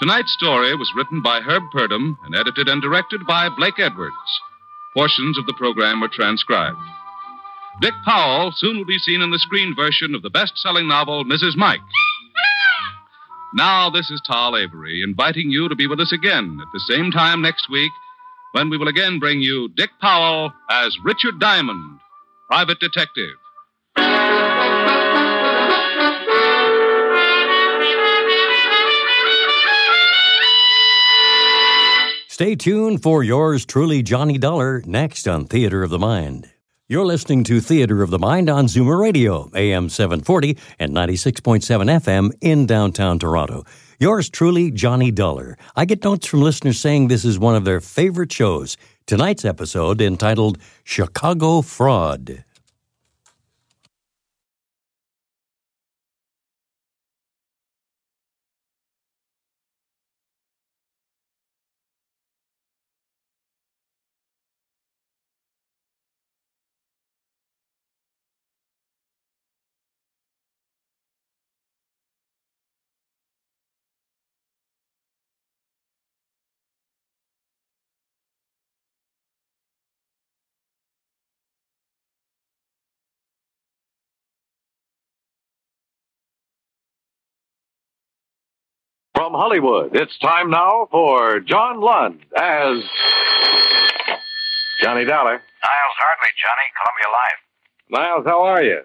[SPEAKER 17] Tonight's story was written by Herb Purdom and edited and directed by Blake Edwards. Portions of the program were transcribed. Dick Powell soon will be seen in the screen version of the best selling novel, Mrs. Mike. Now, this is Tal Avery inviting you to be with us again at the same time next week when we will again bring you Dick Powell as Richard Diamond, private detective.
[SPEAKER 2] Stay tuned for yours truly, Johnny Dollar, next on Theater of the Mind. You're listening to Theater of the Mind on Zoomer Radio, AM 740 and 96.7 FM in downtown Toronto. Yours truly, Johnny Dollar. I get notes from listeners saying this is one of their favorite shows. Tonight's episode, entitled Chicago Fraud.
[SPEAKER 18] From Hollywood, it's time now for John Lund as Johnny Dollar.
[SPEAKER 19] Niles Hartley, Johnny, Columbia Live.
[SPEAKER 18] Niles, how are you?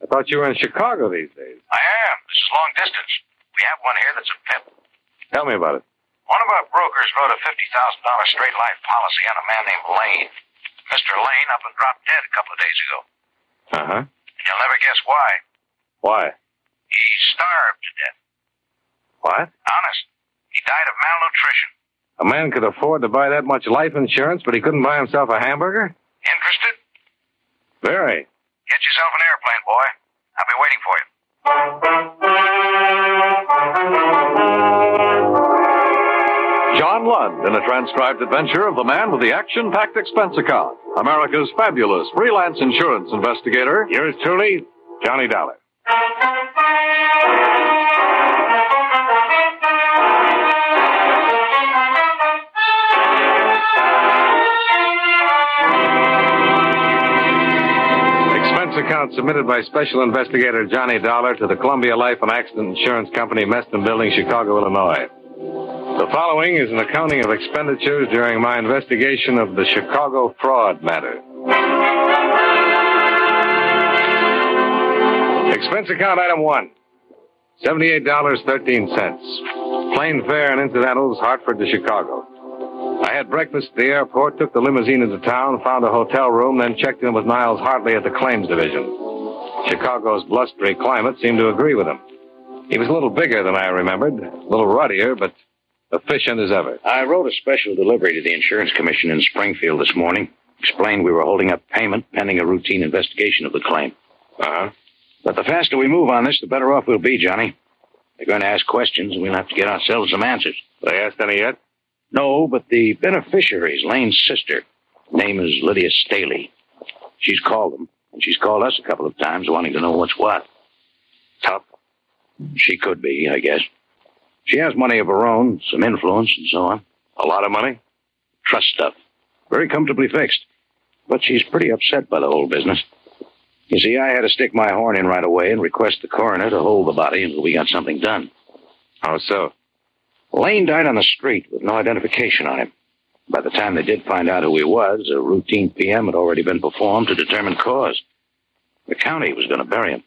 [SPEAKER 18] I thought you were in Chicago these days.
[SPEAKER 19] I am. This is long distance. We have one here that's a pimp.
[SPEAKER 18] Tell me about it.
[SPEAKER 19] One of our brokers wrote a $50,000 straight life policy on a man named Lane. Mr. Lane up and dropped dead a couple of days ago.
[SPEAKER 18] Uh huh.
[SPEAKER 19] And you'll never guess why.
[SPEAKER 18] Why?
[SPEAKER 19] He starved to death.
[SPEAKER 18] What?
[SPEAKER 19] Honest. He died of malnutrition.
[SPEAKER 18] A man could afford to buy that much life insurance, but he couldn't buy himself a hamburger?
[SPEAKER 19] Interested?
[SPEAKER 18] Very.
[SPEAKER 19] Get yourself an airplane, boy. I'll be waiting for you.
[SPEAKER 18] John Lund in a transcribed adventure of the man with the action packed expense account. America's fabulous freelance insurance investigator. Yours truly, Johnny Dollar. Expense account submitted by Special Investigator Johnny Dollar to the Columbia Life and Accident Insurance Company, Meston Building, Chicago, Illinois. The following is an accounting of expenditures during my investigation of the Chicago fraud matter. Expense account item one $78.13. Plane fare and incidentals, Hartford to Chicago. I had breakfast at the airport, took the limousine into town, found a hotel room, then checked in with Niles Hartley at the claims division. Chicago's blustery climate seemed to agree with him. He was a little bigger than I remembered, a little ruddier, but efficient as ever.
[SPEAKER 20] I wrote a special delivery to the Insurance Commission in Springfield this morning. Explained we were holding up payment pending a routine investigation of the claim. Uh huh. But the faster we move on this, the better off we'll be, Johnny. They're going to ask questions, and we'll have to get ourselves some answers. They asked any yet? No, but the beneficiary is Lane's sister. Name is Lydia Staley. She's called them, and she's called us a couple of times wanting to know what's what. Tough. She could be, I guess. She has money of her own, some influence, and so on. A lot of money? Trust stuff. Very comfortably fixed. But she's pretty upset by the whole business. You see, I had to stick my horn in right away and request the coroner to hold the body until we got something done. How so? Lane died on the street with no identification on him. By the time they did find out who he was, a routine PM had already been performed to determine cause. The county was going to bury him.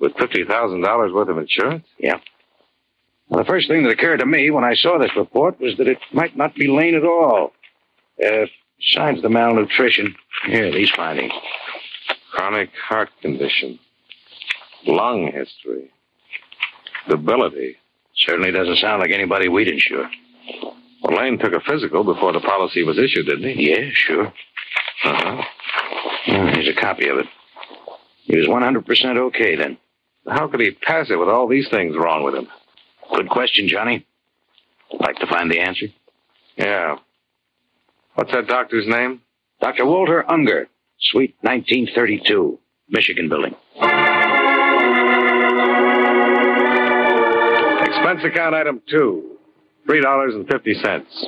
[SPEAKER 20] With $50,000 worth of insurance? Yeah. Well, the first thing that occurred to me when I saw this report was that it might not be Lane at all. Uh, besides the malnutrition, here, these findings.
[SPEAKER 18] Chronic heart condition, lung history, debility.
[SPEAKER 20] Certainly doesn't sound like anybody we'd insure.
[SPEAKER 18] Well, Lane took a physical before the policy was issued, didn't he?
[SPEAKER 20] Yeah, sure.
[SPEAKER 18] Uh-huh. Hmm,
[SPEAKER 20] Yeah, here's a copy of it. He was 100% okay then.
[SPEAKER 18] How could he pass it with all these things wrong with him?
[SPEAKER 20] Good question, Johnny. Like to find the answer?
[SPEAKER 18] Yeah. What's that doctor's name?
[SPEAKER 20] Dr. Walter Unger, Suite 1932, Michigan Building.
[SPEAKER 18] Expense account item two, three dollars and fifty cents.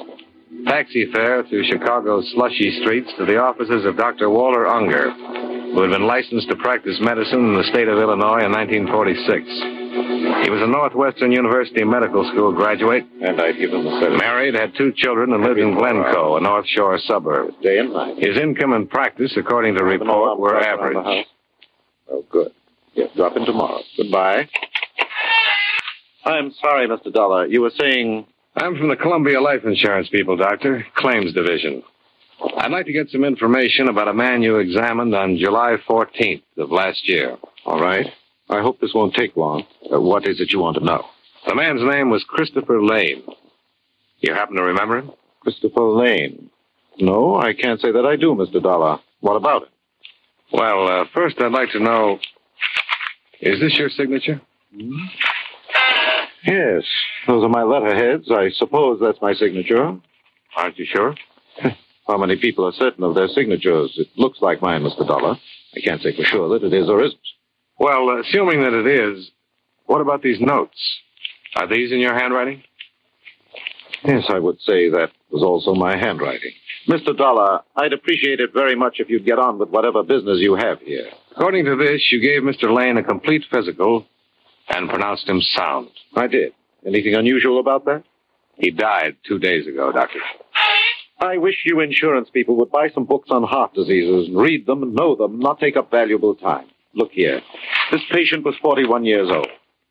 [SPEAKER 18] Taxi fare through Chicago's slushy streets to the offices of Dr. Walter Unger, who had been licensed to practice medicine in the state of Illinois in 1946. He was a Northwestern University medical school graduate. And I'd give him the credit. Married, had two children, and lived in Glencoe, a North Shore suburb. Day and night. His income and practice, according to report, were average.
[SPEAKER 21] Oh, good. Yes, drop in tomorrow. Goodbye. I'm sorry, Mr. Dollar. You were saying.
[SPEAKER 18] I'm from the Columbia Life Insurance people, Doctor. Claims Division. I'd like to get some information about a man you examined on July 14th of last year.
[SPEAKER 21] All right. I hope this won't take long. Uh, what is it you want to know?
[SPEAKER 18] The man's name was Christopher Lane. You happen to remember him?
[SPEAKER 21] Christopher Lane. No, I can't say that I do, Mr. Dollar. What about it?
[SPEAKER 18] Well, uh, first I'd like to know is this your signature?
[SPEAKER 21] Hmm? Yes. Those are my letterheads. I suppose that's my signature. Aren't you sure? How many people are certain of their signatures? It looks like mine, Mr. Dollar. I can't say for sure that it is or isn't.
[SPEAKER 18] Well, assuming that it is, what about these notes? Are these in your handwriting?
[SPEAKER 21] Yes, I would say that was also my handwriting. Mr. Dollar, I'd appreciate it very much if you'd get on with whatever business you have here.
[SPEAKER 18] According to this, you gave Mr. Lane a complete physical and pronounced him sound.
[SPEAKER 21] I did. Anything unusual about that?
[SPEAKER 18] He died two days ago, Doctor.
[SPEAKER 21] I wish you insurance people would buy some books on heart diseases and read them and know them, not take up valuable time. Look here. This patient was 41 years old.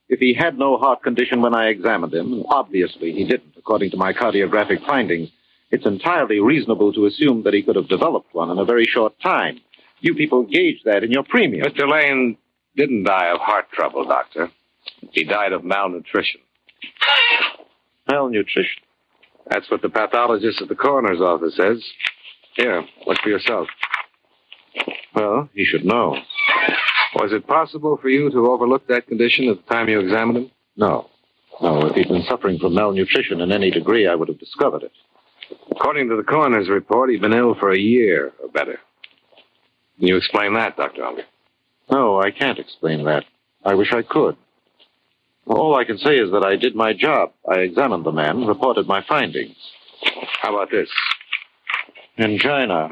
[SPEAKER 21] If he had no heart condition when I examined him, and obviously he didn't, according to my cardiographic findings, it's entirely reasonable to assume that he could have developed one in a very short time. You people gauge that in your premium.
[SPEAKER 18] Mr. Lane didn't die of heart trouble, Doctor. He died of malnutrition.
[SPEAKER 21] Malnutrition?
[SPEAKER 18] That's what the pathologist at the coroner's office says. Here, look for yourself. Well, he should know. Was it possible for you to overlook that condition at the time you examined him?
[SPEAKER 21] No. No, if he'd been suffering from malnutrition in any degree, I would have discovered it.
[SPEAKER 18] According to the coroner's report, he'd been ill for a year or better. Can you explain that, Dr. Unger?
[SPEAKER 21] No, I can't explain that. I wish I could. All I can say is that I did my job. I examined the man, reported my findings.
[SPEAKER 18] How about this?
[SPEAKER 21] Angina.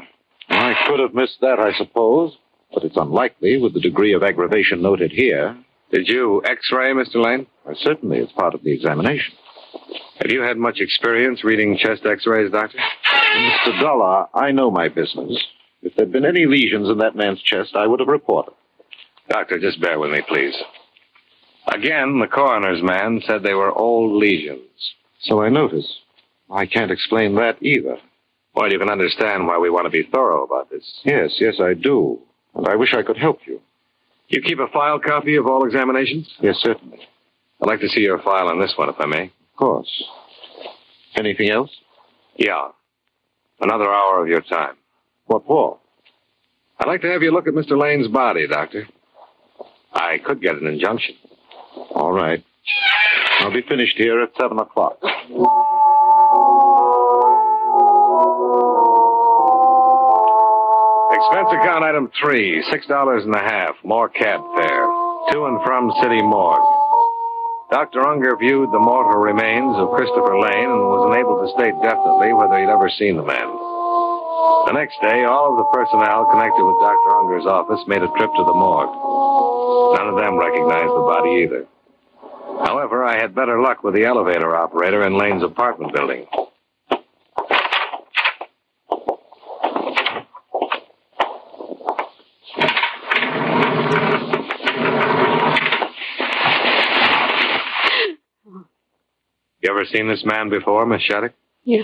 [SPEAKER 21] I could have missed that, I suppose, but it's unlikely with the degree of aggravation noted here.
[SPEAKER 18] Did you x ray, Mr. Lane?
[SPEAKER 21] Why, Certainly, it's part of the examination.
[SPEAKER 18] Have you had much experience reading chest x rays, Doctor?
[SPEAKER 21] Mr. Dollar, I know my business. If there'd been any lesions in that man's chest, I would have reported.
[SPEAKER 18] Doctor, just bear with me, please. Again, the coroner's man said they were old lesions.
[SPEAKER 21] So I notice. I can't explain that either.
[SPEAKER 18] Well, you can understand why we want to be thorough about this.
[SPEAKER 21] Yes, yes, I do. And I wish I could help you.
[SPEAKER 18] You keep a file copy of all examinations?
[SPEAKER 21] Yes, certainly.
[SPEAKER 18] I'd like to see your file on this one, if I may.
[SPEAKER 21] Of course. Anything else?
[SPEAKER 18] Yeah. Another hour of your time.
[SPEAKER 21] What for?
[SPEAKER 18] I'd like to have you look at Mr. Lane's body, Doctor. I could get an injunction.
[SPEAKER 21] All right. I'll be finished here at 7 o'clock.
[SPEAKER 18] Expense account item three, six dollars and a half, more cab fare, to and from city morgue. Dr. Unger viewed the mortal remains of Christopher Lane and was unable to state definitely whether he'd ever seen the man. The next day, all of the personnel connected with Dr. Unger's office made a trip to the morgue. None of them recognized the body either. However, I had better luck with the elevator operator in Lane's apartment building. You ever seen this man before, Miss Shattuck?
[SPEAKER 22] Yeah.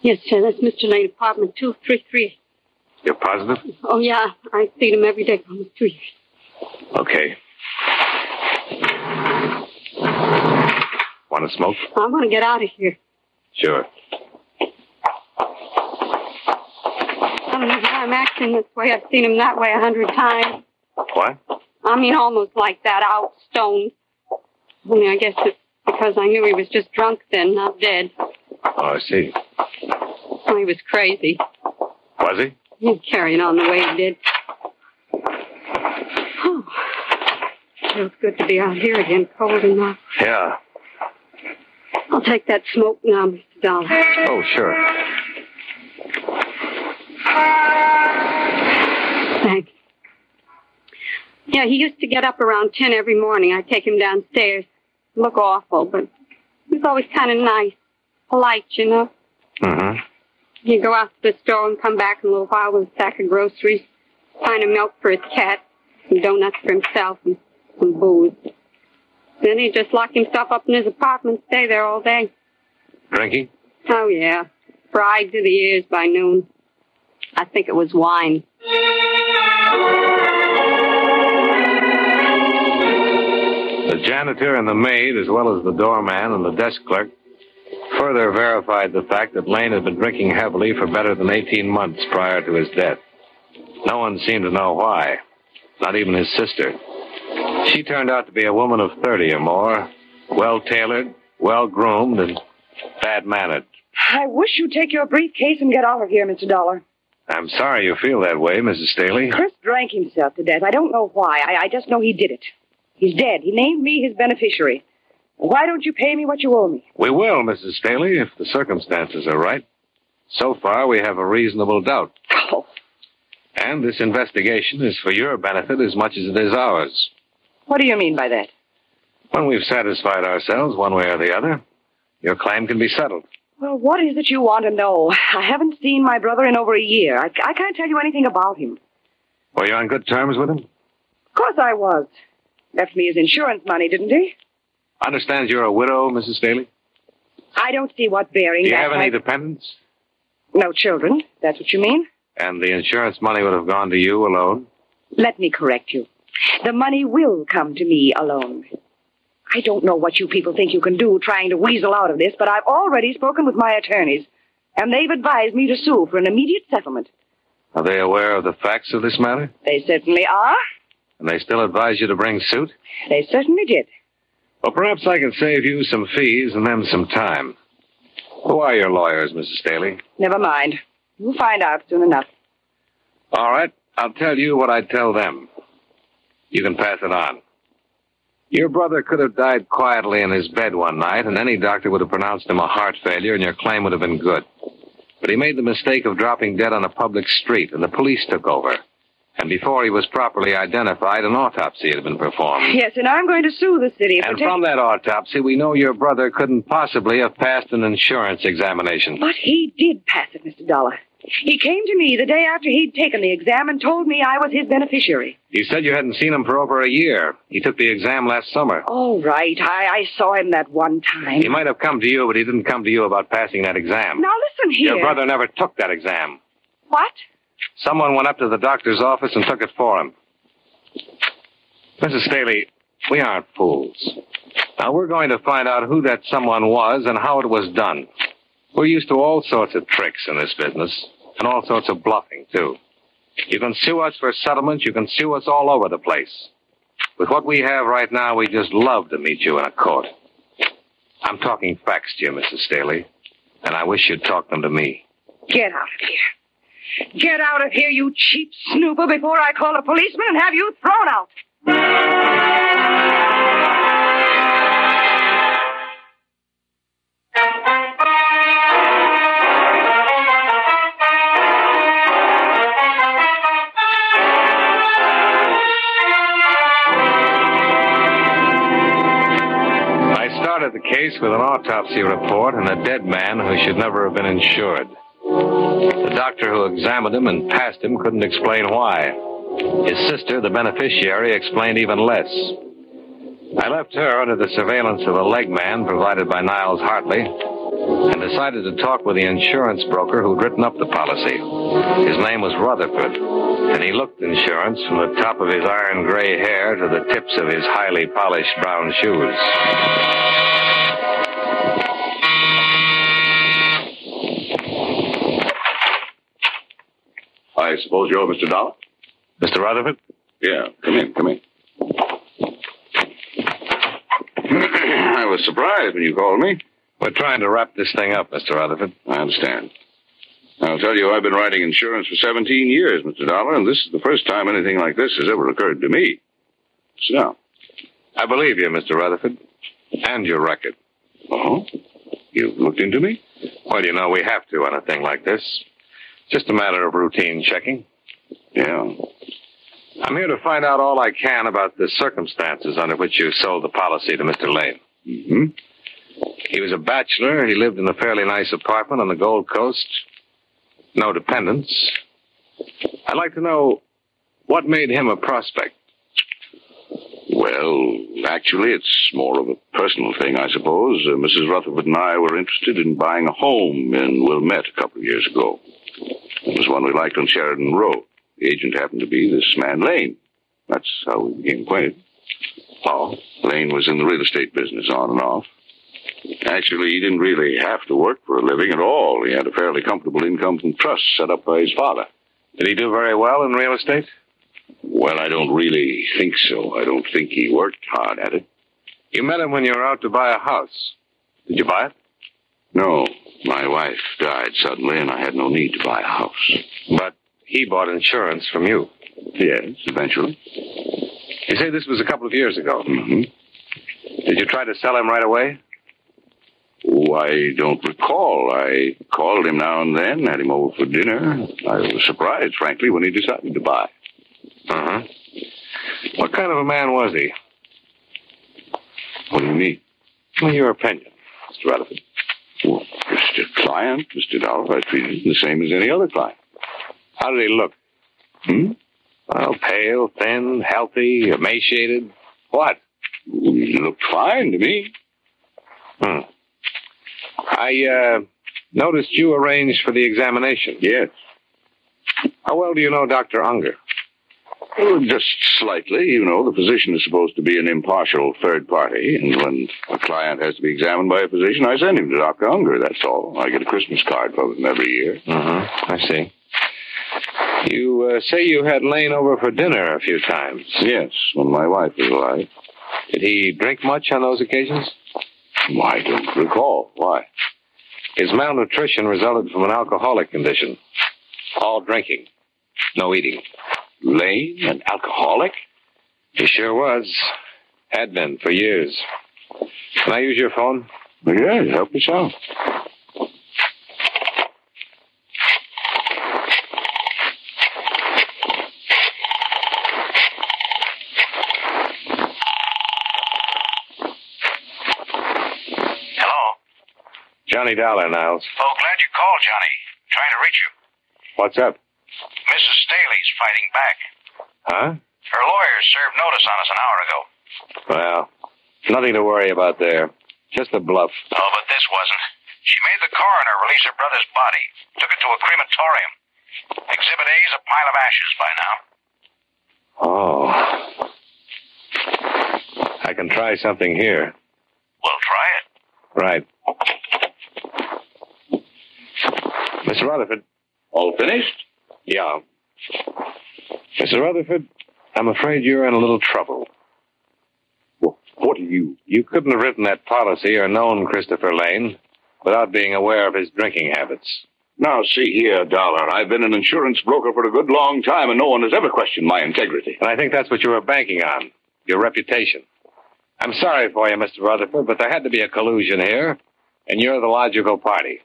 [SPEAKER 22] Yes, sir. That's Mr. Lane, apartment 233.
[SPEAKER 18] You're positive?
[SPEAKER 22] Oh, yeah. I see him every day for almost two years.
[SPEAKER 18] Okay. Want to smoke?
[SPEAKER 22] I want to get out of here.
[SPEAKER 18] Sure.
[SPEAKER 22] I don't know why I'm acting this way. I've seen him that way a hundred times.
[SPEAKER 18] What? Oh,
[SPEAKER 22] I mean, almost like that, out, stoned. Only I guess it's because I knew he was just drunk then, not dead.
[SPEAKER 18] Oh, I see.
[SPEAKER 22] Well, he was crazy.
[SPEAKER 18] Was he?
[SPEAKER 22] He carried on the way he did. Whew. Feels good to be out here again, cold enough.
[SPEAKER 18] Yeah.
[SPEAKER 22] I'll take that smoke now, Mr. Dollar.
[SPEAKER 18] Oh, sure.
[SPEAKER 22] Thanks. Yeah, he used to get up around 10 every morning. I'd take him downstairs. Look awful, but he was always kind of nice, polite, you know.
[SPEAKER 18] Uh-huh.
[SPEAKER 21] Mm-hmm.
[SPEAKER 22] He'd go out to the store and come back in a little while with a sack of groceries, find a milk for his cat, some donuts for himself, and some booze. Then he'd just lock himself up in his apartment, stay there all day.
[SPEAKER 18] Drinking?
[SPEAKER 22] Oh, yeah. Fried to the ears by noon. I think it was wine.
[SPEAKER 18] The janitor and the maid, as well as the doorman and the desk clerk, further verified the fact that Lane had been drinking heavily for better than 18 months prior to his death. No one seemed to know why, not even his sister. She turned out to be a woman of 30 or more, well tailored, well groomed, and bad mannered.
[SPEAKER 1] I wish you'd take your briefcase and get out of here, Mr. Dollar.
[SPEAKER 18] I'm sorry you feel that way, Mrs. Staley.
[SPEAKER 1] Chris drank himself to death. I don't know why. I, I just know he did it. He's dead. He named me his beneficiary. Why don't you pay me what you owe me?
[SPEAKER 18] We will, Mrs. Staley, if the circumstances are right. So far, we have a reasonable doubt. And this investigation is for your benefit as much as it is ours.
[SPEAKER 1] What do you mean by that?
[SPEAKER 18] When we've satisfied ourselves one way or the other, your claim can be settled.
[SPEAKER 1] Well, what is it you want to know? I haven't seen my brother in over a year. I, I can't tell you anything about him.
[SPEAKER 18] Were you on good terms with him?
[SPEAKER 1] Of course I was. Left me his insurance money, didn't he?
[SPEAKER 18] Understand you're a widow, Mrs. Staley?
[SPEAKER 1] I don't see what bearing
[SPEAKER 18] Do you
[SPEAKER 1] that
[SPEAKER 18] have
[SPEAKER 1] might-
[SPEAKER 18] any dependents?
[SPEAKER 1] No children. That's what you mean?
[SPEAKER 18] And the insurance money would have gone to you alone?
[SPEAKER 1] Let me correct you. The money will come to me alone. I don't know what you people think you can do trying to weasel out of this, but I've already spoken with my attorneys, and they've advised me to sue for an immediate settlement.
[SPEAKER 18] Are they aware of the facts of this matter?
[SPEAKER 1] They certainly are.
[SPEAKER 18] And they still advise you to bring suit?
[SPEAKER 1] They certainly did.
[SPEAKER 18] Well, perhaps I can save you some fees and them some time. Who are your lawyers, Mrs. Staley?
[SPEAKER 1] Never mind. You'll find out soon enough.
[SPEAKER 18] All right, I'll tell you what I tell them. You can pass it on. Your brother could have died quietly in his bed one night, and any doctor would have pronounced him a heart failure, and your claim would have been good. But he made the mistake of dropping dead on a public street, and the police took over. And before he was properly identified, an autopsy had been performed.
[SPEAKER 1] Yes, and I'm going to sue the city. for
[SPEAKER 18] And
[SPEAKER 1] taking-
[SPEAKER 18] from that autopsy, we know your brother couldn't possibly have passed an insurance examination.
[SPEAKER 1] But he did pass it, Mr. Dollar. He came to me the day after he'd taken the exam and told me I was his beneficiary.
[SPEAKER 18] You said you hadn't seen him for over a year. He took the exam last summer.
[SPEAKER 1] All right, I, I saw him that one time.
[SPEAKER 18] He might have come to you, but he didn't come to you about passing that exam.
[SPEAKER 1] Now listen here.
[SPEAKER 18] Your brother never took that exam.
[SPEAKER 1] What?
[SPEAKER 18] Someone went up to the doctor's office and took it for him. Mrs. Staley, we aren't fools. Now we're going to find out who that someone was and how it was done. We're used to all sorts of tricks in this business and all sorts of bluffing, too. You can sue us for settlement. You can sue us all over the place. With what we have right now, we just love to meet you in a court. I'm talking facts to you, Mrs. Staley, and I wish you'd talk them to me.
[SPEAKER 1] Get out of here. Get out of here, you cheap snooper, before I call a policeman and have you thrown out.
[SPEAKER 18] I started the case with an autopsy report and a dead man who should never have been insured. The doctor who examined him and passed him couldn't explain why. His sister, the beneficiary, explained even less. I left her under the surveillance of a leg man provided by Niles Hartley and decided to talk with the insurance broker who'd written up the policy. His name was Rutherford, and he looked insurance from the top of his iron gray hair to the tips of his highly polished brown shoes.
[SPEAKER 23] I suppose you're Mr. Dollar?
[SPEAKER 18] Mr. Rutherford?
[SPEAKER 23] Yeah, come in, come in. (clears throat) I was surprised when you called me.
[SPEAKER 18] We're trying to wrap this thing up, Mr. Rutherford.
[SPEAKER 23] I understand. I'll tell you, I've been writing insurance for 17 years, Mr. Dollar, and this is the first time anything like this has ever occurred to me. Sit down.
[SPEAKER 18] I believe you, Mr. Rutherford, and your record.
[SPEAKER 23] Oh? You've looked into me?
[SPEAKER 18] Well, you know, we have to on a thing like this. It's Just a matter of routine checking.
[SPEAKER 23] Yeah.
[SPEAKER 18] I'm here to find out all I can about the circumstances under which you sold the policy to Mr. Lane.
[SPEAKER 23] Mm-hmm.
[SPEAKER 18] He was a bachelor. He lived in a fairly nice apartment on the Gold Coast. No dependents. I'd like to know what made him a prospect.
[SPEAKER 23] Well, actually, it's more of a personal thing, I suppose. Uh, Mrs. Rutherford and I were interested in buying a home in Wilmette a couple of years ago. It was one we liked on Sheridan Road. The agent happened to be this man Lane. That's how we became acquainted. Oh, Lane was in the real estate business on and off. Actually, he didn't really have to work for a living at all. He had a fairly comfortable income from trusts set up by his father.
[SPEAKER 18] Did he do very well in real estate?
[SPEAKER 23] Well, I don't really think so. I don't think he worked hard at it.
[SPEAKER 18] You met him when you were out to buy a house. Did you buy it?
[SPEAKER 23] No, my wife died suddenly, and I had no need to buy a house.
[SPEAKER 18] But he bought insurance from you.
[SPEAKER 23] Yes, eventually.
[SPEAKER 18] You say this was a couple of years ago.
[SPEAKER 23] Hmm.
[SPEAKER 18] Mm-hmm. Did you try to sell him right away?
[SPEAKER 23] Oh, I don't recall. I called him now and then, had him over for dinner. I was surprised, frankly, when he decided to buy.
[SPEAKER 18] Uh huh. What kind of a man was he?
[SPEAKER 23] What do you mean?
[SPEAKER 18] Well, your opinion, Mr. Rutherford.
[SPEAKER 23] Well, Mr. Client, Mr. Dollar, I treated him the same as any other client.
[SPEAKER 18] How did he look?
[SPEAKER 23] Hmm?
[SPEAKER 18] Well, pale, thin, healthy, emaciated. What?
[SPEAKER 23] He looked fine to me.
[SPEAKER 18] Hmm. I uh, noticed you arranged for the examination.
[SPEAKER 23] Yes.
[SPEAKER 18] How well do you know Dr. Unger?
[SPEAKER 23] Well, Oh, just slightly. You know, the physician is supposed to be an impartial third party, and when a client has to be examined by a physician, I send him to Dr. Unger, that's all. I get a Christmas card from him every year.
[SPEAKER 18] Uh huh. I see. You uh, say you had Lane over for dinner a few times.
[SPEAKER 23] Yes, when my wife was alive.
[SPEAKER 18] Did he drink much on those occasions?
[SPEAKER 23] I don't recall. Why?
[SPEAKER 18] His malnutrition resulted from an alcoholic condition. All drinking, no eating.
[SPEAKER 23] Lane, an alcoholic?
[SPEAKER 18] He sure was. Had been for years. Can I use your phone?
[SPEAKER 23] Yeah, help yourself.
[SPEAKER 19] Hello?
[SPEAKER 18] Johnny Dollar, Niles.
[SPEAKER 19] Oh, glad you called, Johnny. Trying to reach you.
[SPEAKER 18] What's up?
[SPEAKER 19] Mrs. Staley's fighting back.
[SPEAKER 18] Huh?
[SPEAKER 19] Her lawyers served notice on us an hour ago.
[SPEAKER 18] Well, nothing to worry about there. Just a bluff.
[SPEAKER 19] Oh, but this wasn't. She made the coroner release her brother's body, took it to a crematorium. Exhibit A is a pile of ashes by now.
[SPEAKER 18] Oh. I can try something here.
[SPEAKER 19] We'll try it.
[SPEAKER 18] Right. Mr. Rutherford.
[SPEAKER 23] All finished?
[SPEAKER 18] Yeah. Mr. Rutherford, I'm afraid you're in a little trouble.
[SPEAKER 23] What, what are you?
[SPEAKER 18] You couldn't have written that policy or known Christopher Lane without being aware of his drinking habits.
[SPEAKER 23] Now, see here, Dollar. I've been an insurance broker for a good long time, and no one has ever questioned my integrity.
[SPEAKER 18] And I think that's what you were banking on your reputation. I'm sorry for you, Mr. Rutherford, but there had to be a collusion here, and you're the logical party.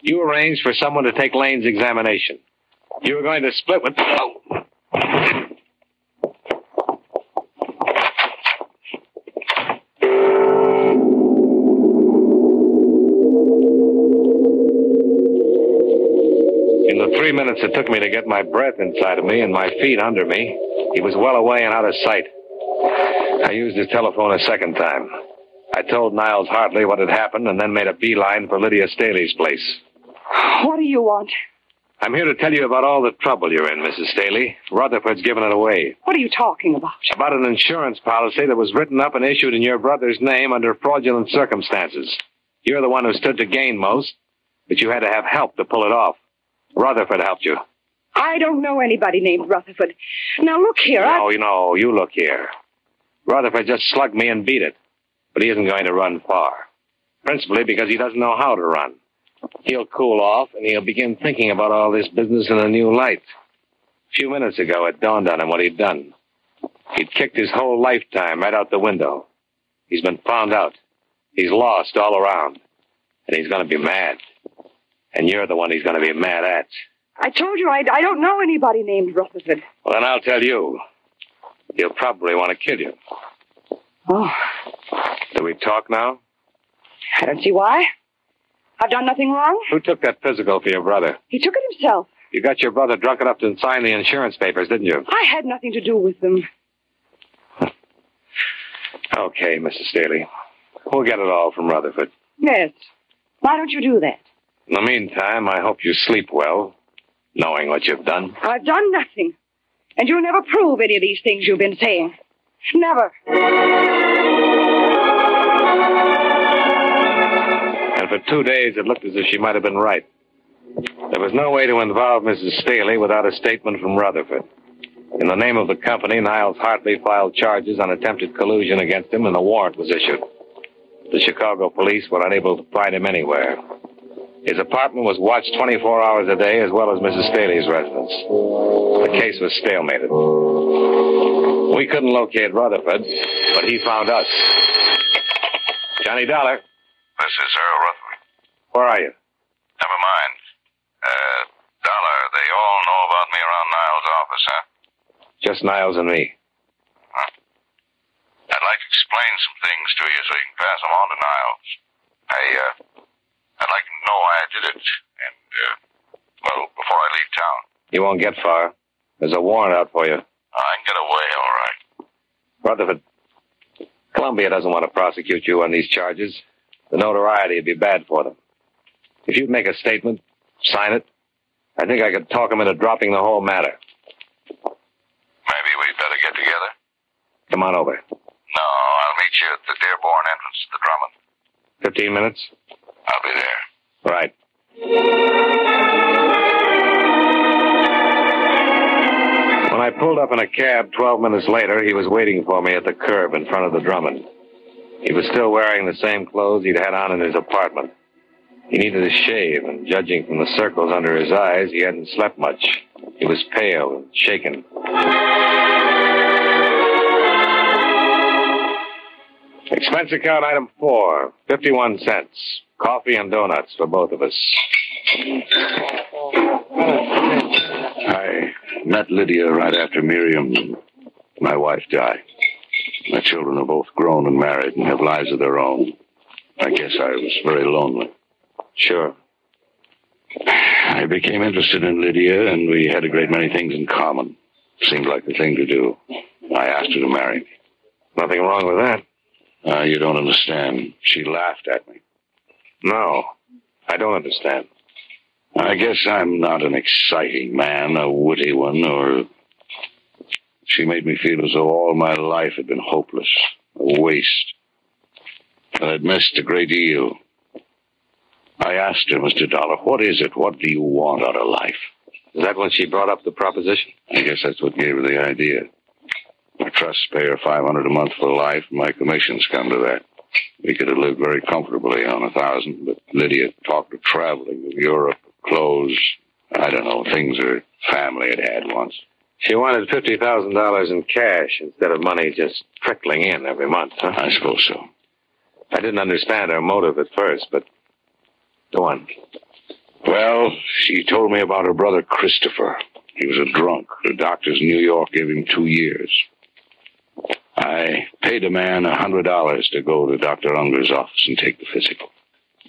[SPEAKER 18] You arranged for someone to take Lane's examination. You were going to split with. Oh. In the three minutes it took me to get my breath inside of me and my feet under me, he was well away and out of sight. I used his telephone a second time. I told Niles Hartley what had happened and then made a beeline for Lydia Staley's place.
[SPEAKER 1] What do you want?
[SPEAKER 18] I'm here to tell you about all the trouble you're in, Mrs. Staley. Rutherford's given it away.
[SPEAKER 1] What are you talking about?
[SPEAKER 18] About an insurance policy that was written up and issued in your brother's name under fraudulent circumstances. You're the one who stood to gain most, but you had to have help to pull it off. Rutherford helped you.
[SPEAKER 1] I don't know anybody named Rutherford. Now look here,
[SPEAKER 18] No, you know, you look here. Rutherford just slugged me and beat it, but he isn't going to run far. Principally because he doesn't know how to run. He'll cool off and he'll begin thinking about all this business in a new light. A few minutes ago, it dawned on him what he'd done. He'd kicked his whole lifetime right out the window. He's been found out. He's lost all around.
[SPEAKER 24] And he's going to be mad. And you're the one he's going to be mad at.
[SPEAKER 1] I told you I, I don't know anybody named Rutherford.
[SPEAKER 24] Well, then I'll tell you. He'll probably want to kill you.
[SPEAKER 1] Oh,
[SPEAKER 24] Do we talk now?
[SPEAKER 1] I don't see why. I've done nothing wrong.
[SPEAKER 18] Who took that physical for your brother?
[SPEAKER 1] He took it himself.
[SPEAKER 18] You got your brother drunk enough to sign the insurance papers, didn't you?
[SPEAKER 1] I had nothing to do with them.
[SPEAKER 24] Okay, Mrs. Staley. We'll get it all from Rutherford.
[SPEAKER 1] Yes. Why don't you do that?
[SPEAKER 24] In the meantime, I hope you sleep well, knowing what you've done.
[SPEAKER 1] I've done nothing. And you'll never prove any of these things you've been saying. Never.
[SPEAKER 18] And for two days, it looked as if she might have been right. There was no way to involve Mrs. Staley without a statement from Rutherford. In the name of the company, Niles Hartley filed charges on attempted collusion against him, and a warrant was issued. The Chicago police were unable to find him anywhere. His apartment was watched 24 hours a day, as well as Mrs. Staley's residence. The case was stalemated. We couldn't locate Rutherford, but he found us. Johnny Dollar,
[SPEAKER 19] This is Earl Rutherford.
[SPEAKER 18] where are you?
[SPEAKER 19] Never mind. Uh, Dollar, they all know about me around Niles' office, huh?
[SPEAKER 18] Just Niles and me.
[SPEAKER 19] I'd like to explain some things to you so you can pass them on to Niles. I, uh, I'd like to know why I did it. And, uh, well, before I leave town.
[SPEAKER 18] You won't get far. There's a warrant out for
[SPEAKER 19] I
[SPEAKER 18] you.
[SPEAKER 19] can get away, all right.
[SPEAKER 18] Rutherford, Columbia doesn't want to prosecute you on these charges. The notoriety would be bad for them. If you'd make a statement, sign it, I think I could talk them into dropping the whole matter.
[SPEAKER 19] Maybe we'd better get together.
[SPEAKER 18] Come on over.
[SPEAKER 19] No, I'll meet you at the Dearborn entrance to the Drummond.
[SPEAKER 18] Fifteen minutes?
[SPEAKER 19] I'll be there.
[SPEAKER 18] Right. When I pulled up in a cab 12 minutes later, he was waiting for me at the curb in front of the Drummond. He was still wearing the same clothes he'd had on in his apartment. He needed a shave, and judging from the circles under his eyes, he hadn't slept much. He was pale and shaken. Expense account item four, 51 cents. Coffee and donuts for both of us.
[SPEAKER 23] I met Lydia right after Miriam, my wife, died. My children are both grown and married and have lives of their own. I guess I was very lonely.
[SPEAKER 18] Sure.
[SPEAKER 23] I became interested in Lydia, and we had a great many things in common. Seemed like the thing to do. I asked her to marry me.
[SPEAKER 18] Nothing wrong with that.
[SPEAKER 23] Uh, you don't understand. She laughed at me.
[SPEAKER 18] No, I don't understand.
[SPEAKER 23] I guess I'm not an exciting man, a witty one, or. She made me feel as though all my life had been hopeless, a waste. And I'd missed a great deal. I asked her, Mr. Dollar, what is it? What do you want out of life?
[SPEAKER 18] Is that when she brought up the proposition?
[SPEAKER 23] I guess that's what gave her the idea. My trust pay her five hundred a month for life, and my commissions come to that. We could have lived very comfortably on a thousand, but Lydia talked of traveling, of Europe, of clothes, I don't know, things her family had had once.
[SPEAKER 18] She wanted $50,000 in cash instead of money just trickling in every month, huh?
[SPEAKER 23] I suppose so.
[SPEAKER 18] I didn't understand her motive at first, but go on.
[SPEAKER 23] Well, she told me about her brother Christopher. He was a drunk. The doctors in New York gave him two years. I paid a man a hundred dollars to go to Dr. Unger's office and take the physical.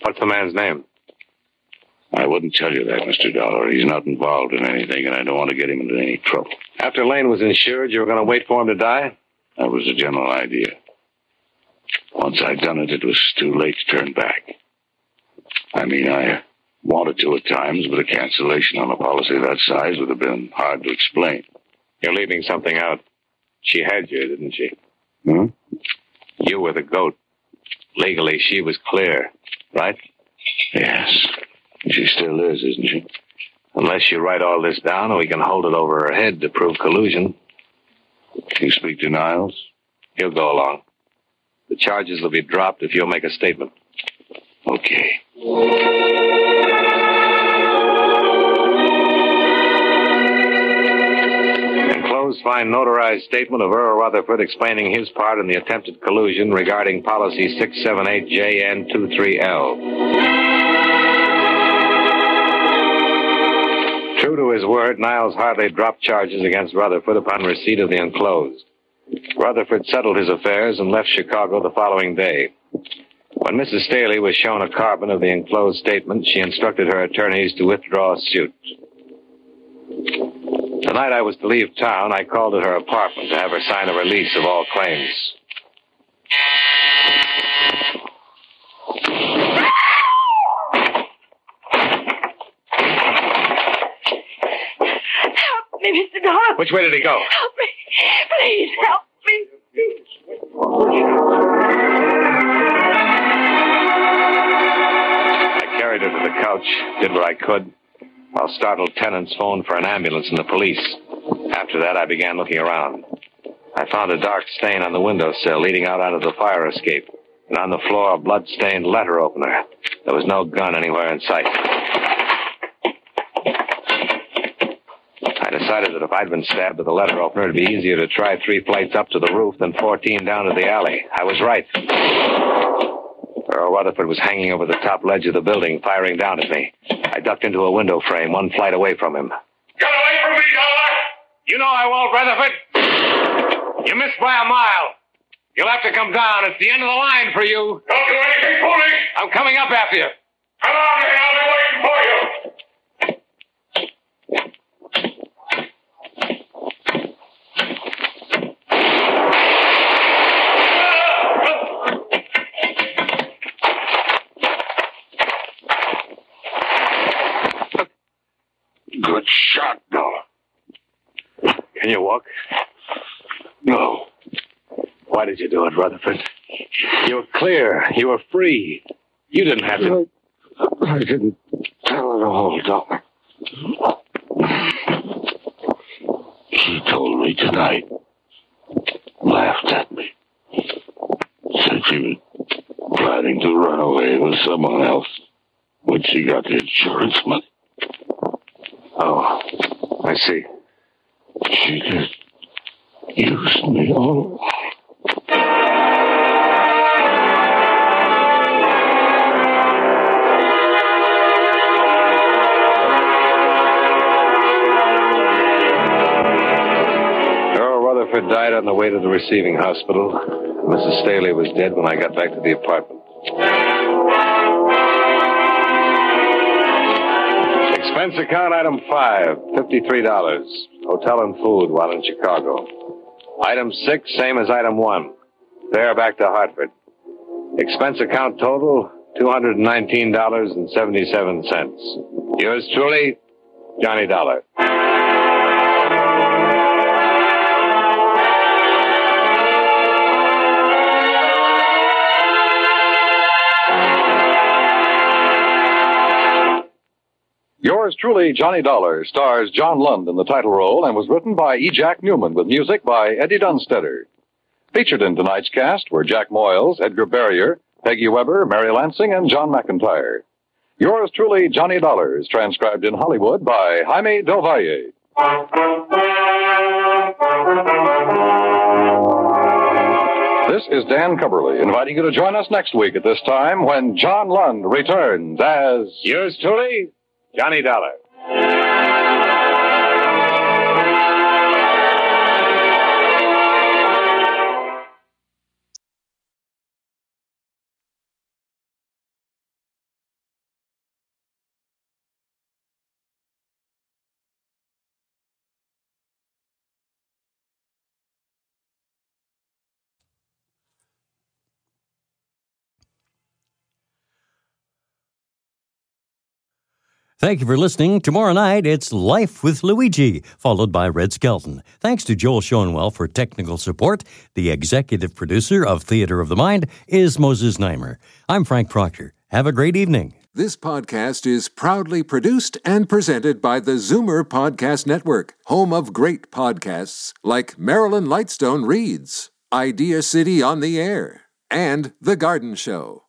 [SPEAKER 18] What's the man's name?
[SPEAKER 23] I wouldn't tell you that, Mr. Dollar. He's not involved in anything, and I don't want to get him into any trouble.
[SPEAKER 18] After Lane was insured, you were going to wait for him to die?
[SPEAKER 23] That was the general idea. Once I'd done it, it was too late to turn back. I mean, I wanted to at times, but a cancellation on a policy that size would have been hard to explain.
[SPEAKER 18] You're leaving something out. She had you, didn't she?
[SPEAKER 23] Hmm?
[SPEAKER 18] You were the goat. Legally, she was clear, right?
[SPEAKER 23] Yes. She still is, isn't she?
[SPEAKER 18] Unless you write all this down, we can hold it over her head to prove collusion.
[SPEAKER 23] You speak to Niles?
[SPEAKER 18] He'll go along. The charges will be dropped if you'll make a statement.
[SPEAKER 23] Okay.
[SPEAKER 18] Enclosed find notarized statement of Earl Rutherford explaining his part in the attempted collusion regarding policy 678JN23L. word, Niles Hartley dropped charges against Rutherford upon receipt of the enclosed. Rutherford settled his affairs and left Chicago the following day. When Mrs. Staley was shown a carbon of the enclosed statement, she instructed her attorneys to withdraw suit. The night I was to leave town, I called at her apartment to have her sign a release of all claims.
[SPEAKER 10] Help me, Mr. Dollar.
[SPEAKER 4] Which way did he go?
[SPEAKER 10] Help me. Please help me.
[SPEAKER 18] I carried her to the couch, did what I could, while startled tenants phoned for an ambulance and the police. After that, I began looking around. I found a dark stain on the windowsill leading out onto the fire escape, and on the floor, a blood-stained letter opener. There was no gun anywhere in sight. I decided that if I'd been stabbed with a letter opener, it'd be easier to try three flights up to the roof than 14 down to the alley. I was right. Earl Uh, Rutherford was hanging over the top ledge of the building, firing down at me. I ducked into a window frame, one flight away from him.
[SPEAKER 4] Get away from me, Dollar! You know I won't, Rutherford. You missed by a mile. You'll have to come down. It's the end of the line for you. Don't do anything foolish. I'm coming up after you. Come on, man. I'll be waiting for you.
[SPEAKER 23] Good shot, Dollar.
[SPEAKER 18] Can you walk? No. Why did you do it, Rutherford? You were clear. You were free. You didn't have to.
[SPEAKER 23] I didn't tell her all, Dollar. She told me tonight. Laughed at me. Said she was planning to run away with someone else when she got the insurance money. Oh, I see. She just used me all.
[SPEAKER 18] Earl Rutherford died on the way to the receiving hospital. Mrs. Staley was dead when I got back to the apartment. Expense account item five, $53. Hotel and food while in Chicago. Item six, same as item one. Fare back to Hartford. Expense account total, $219.77. Yours truly, Johnny Dollar.
[SPEAKER 12] Yours truly, Johnny Dollar, stars John Lund in the title role and was written by E. Jack Newman with music by Eddie Dunstetter. Featured in tonight's cast were Jack Moyles, Edgar Barrier, Peggy Weber, Mary Lansing, and John McIntyre. Yours truly, Johnny Dollar, is transcribed in Hollywood by Jaime Del Valle. This is Dan Cumberly inviting you to join us next week at this time when John Lund returns as yours truly, Johnny Dollar.
[SPEAKER 2] Thank you for listening. Tomorrow night, it's Life with Luigi, followed by Red Skelton. Thanks to Joel Schoenwell for technical support. The executive producer of Theater of the Mind is Moses Neimer. I'm Frank Proctor. Have a great evening.
[SPEAKER 25] This podcast is proudly produced and presented by the Zoomer Podcast Network, home of great podcasts like Marilyn Lightstone Reads, Idea City on the Air, and The Garden Show.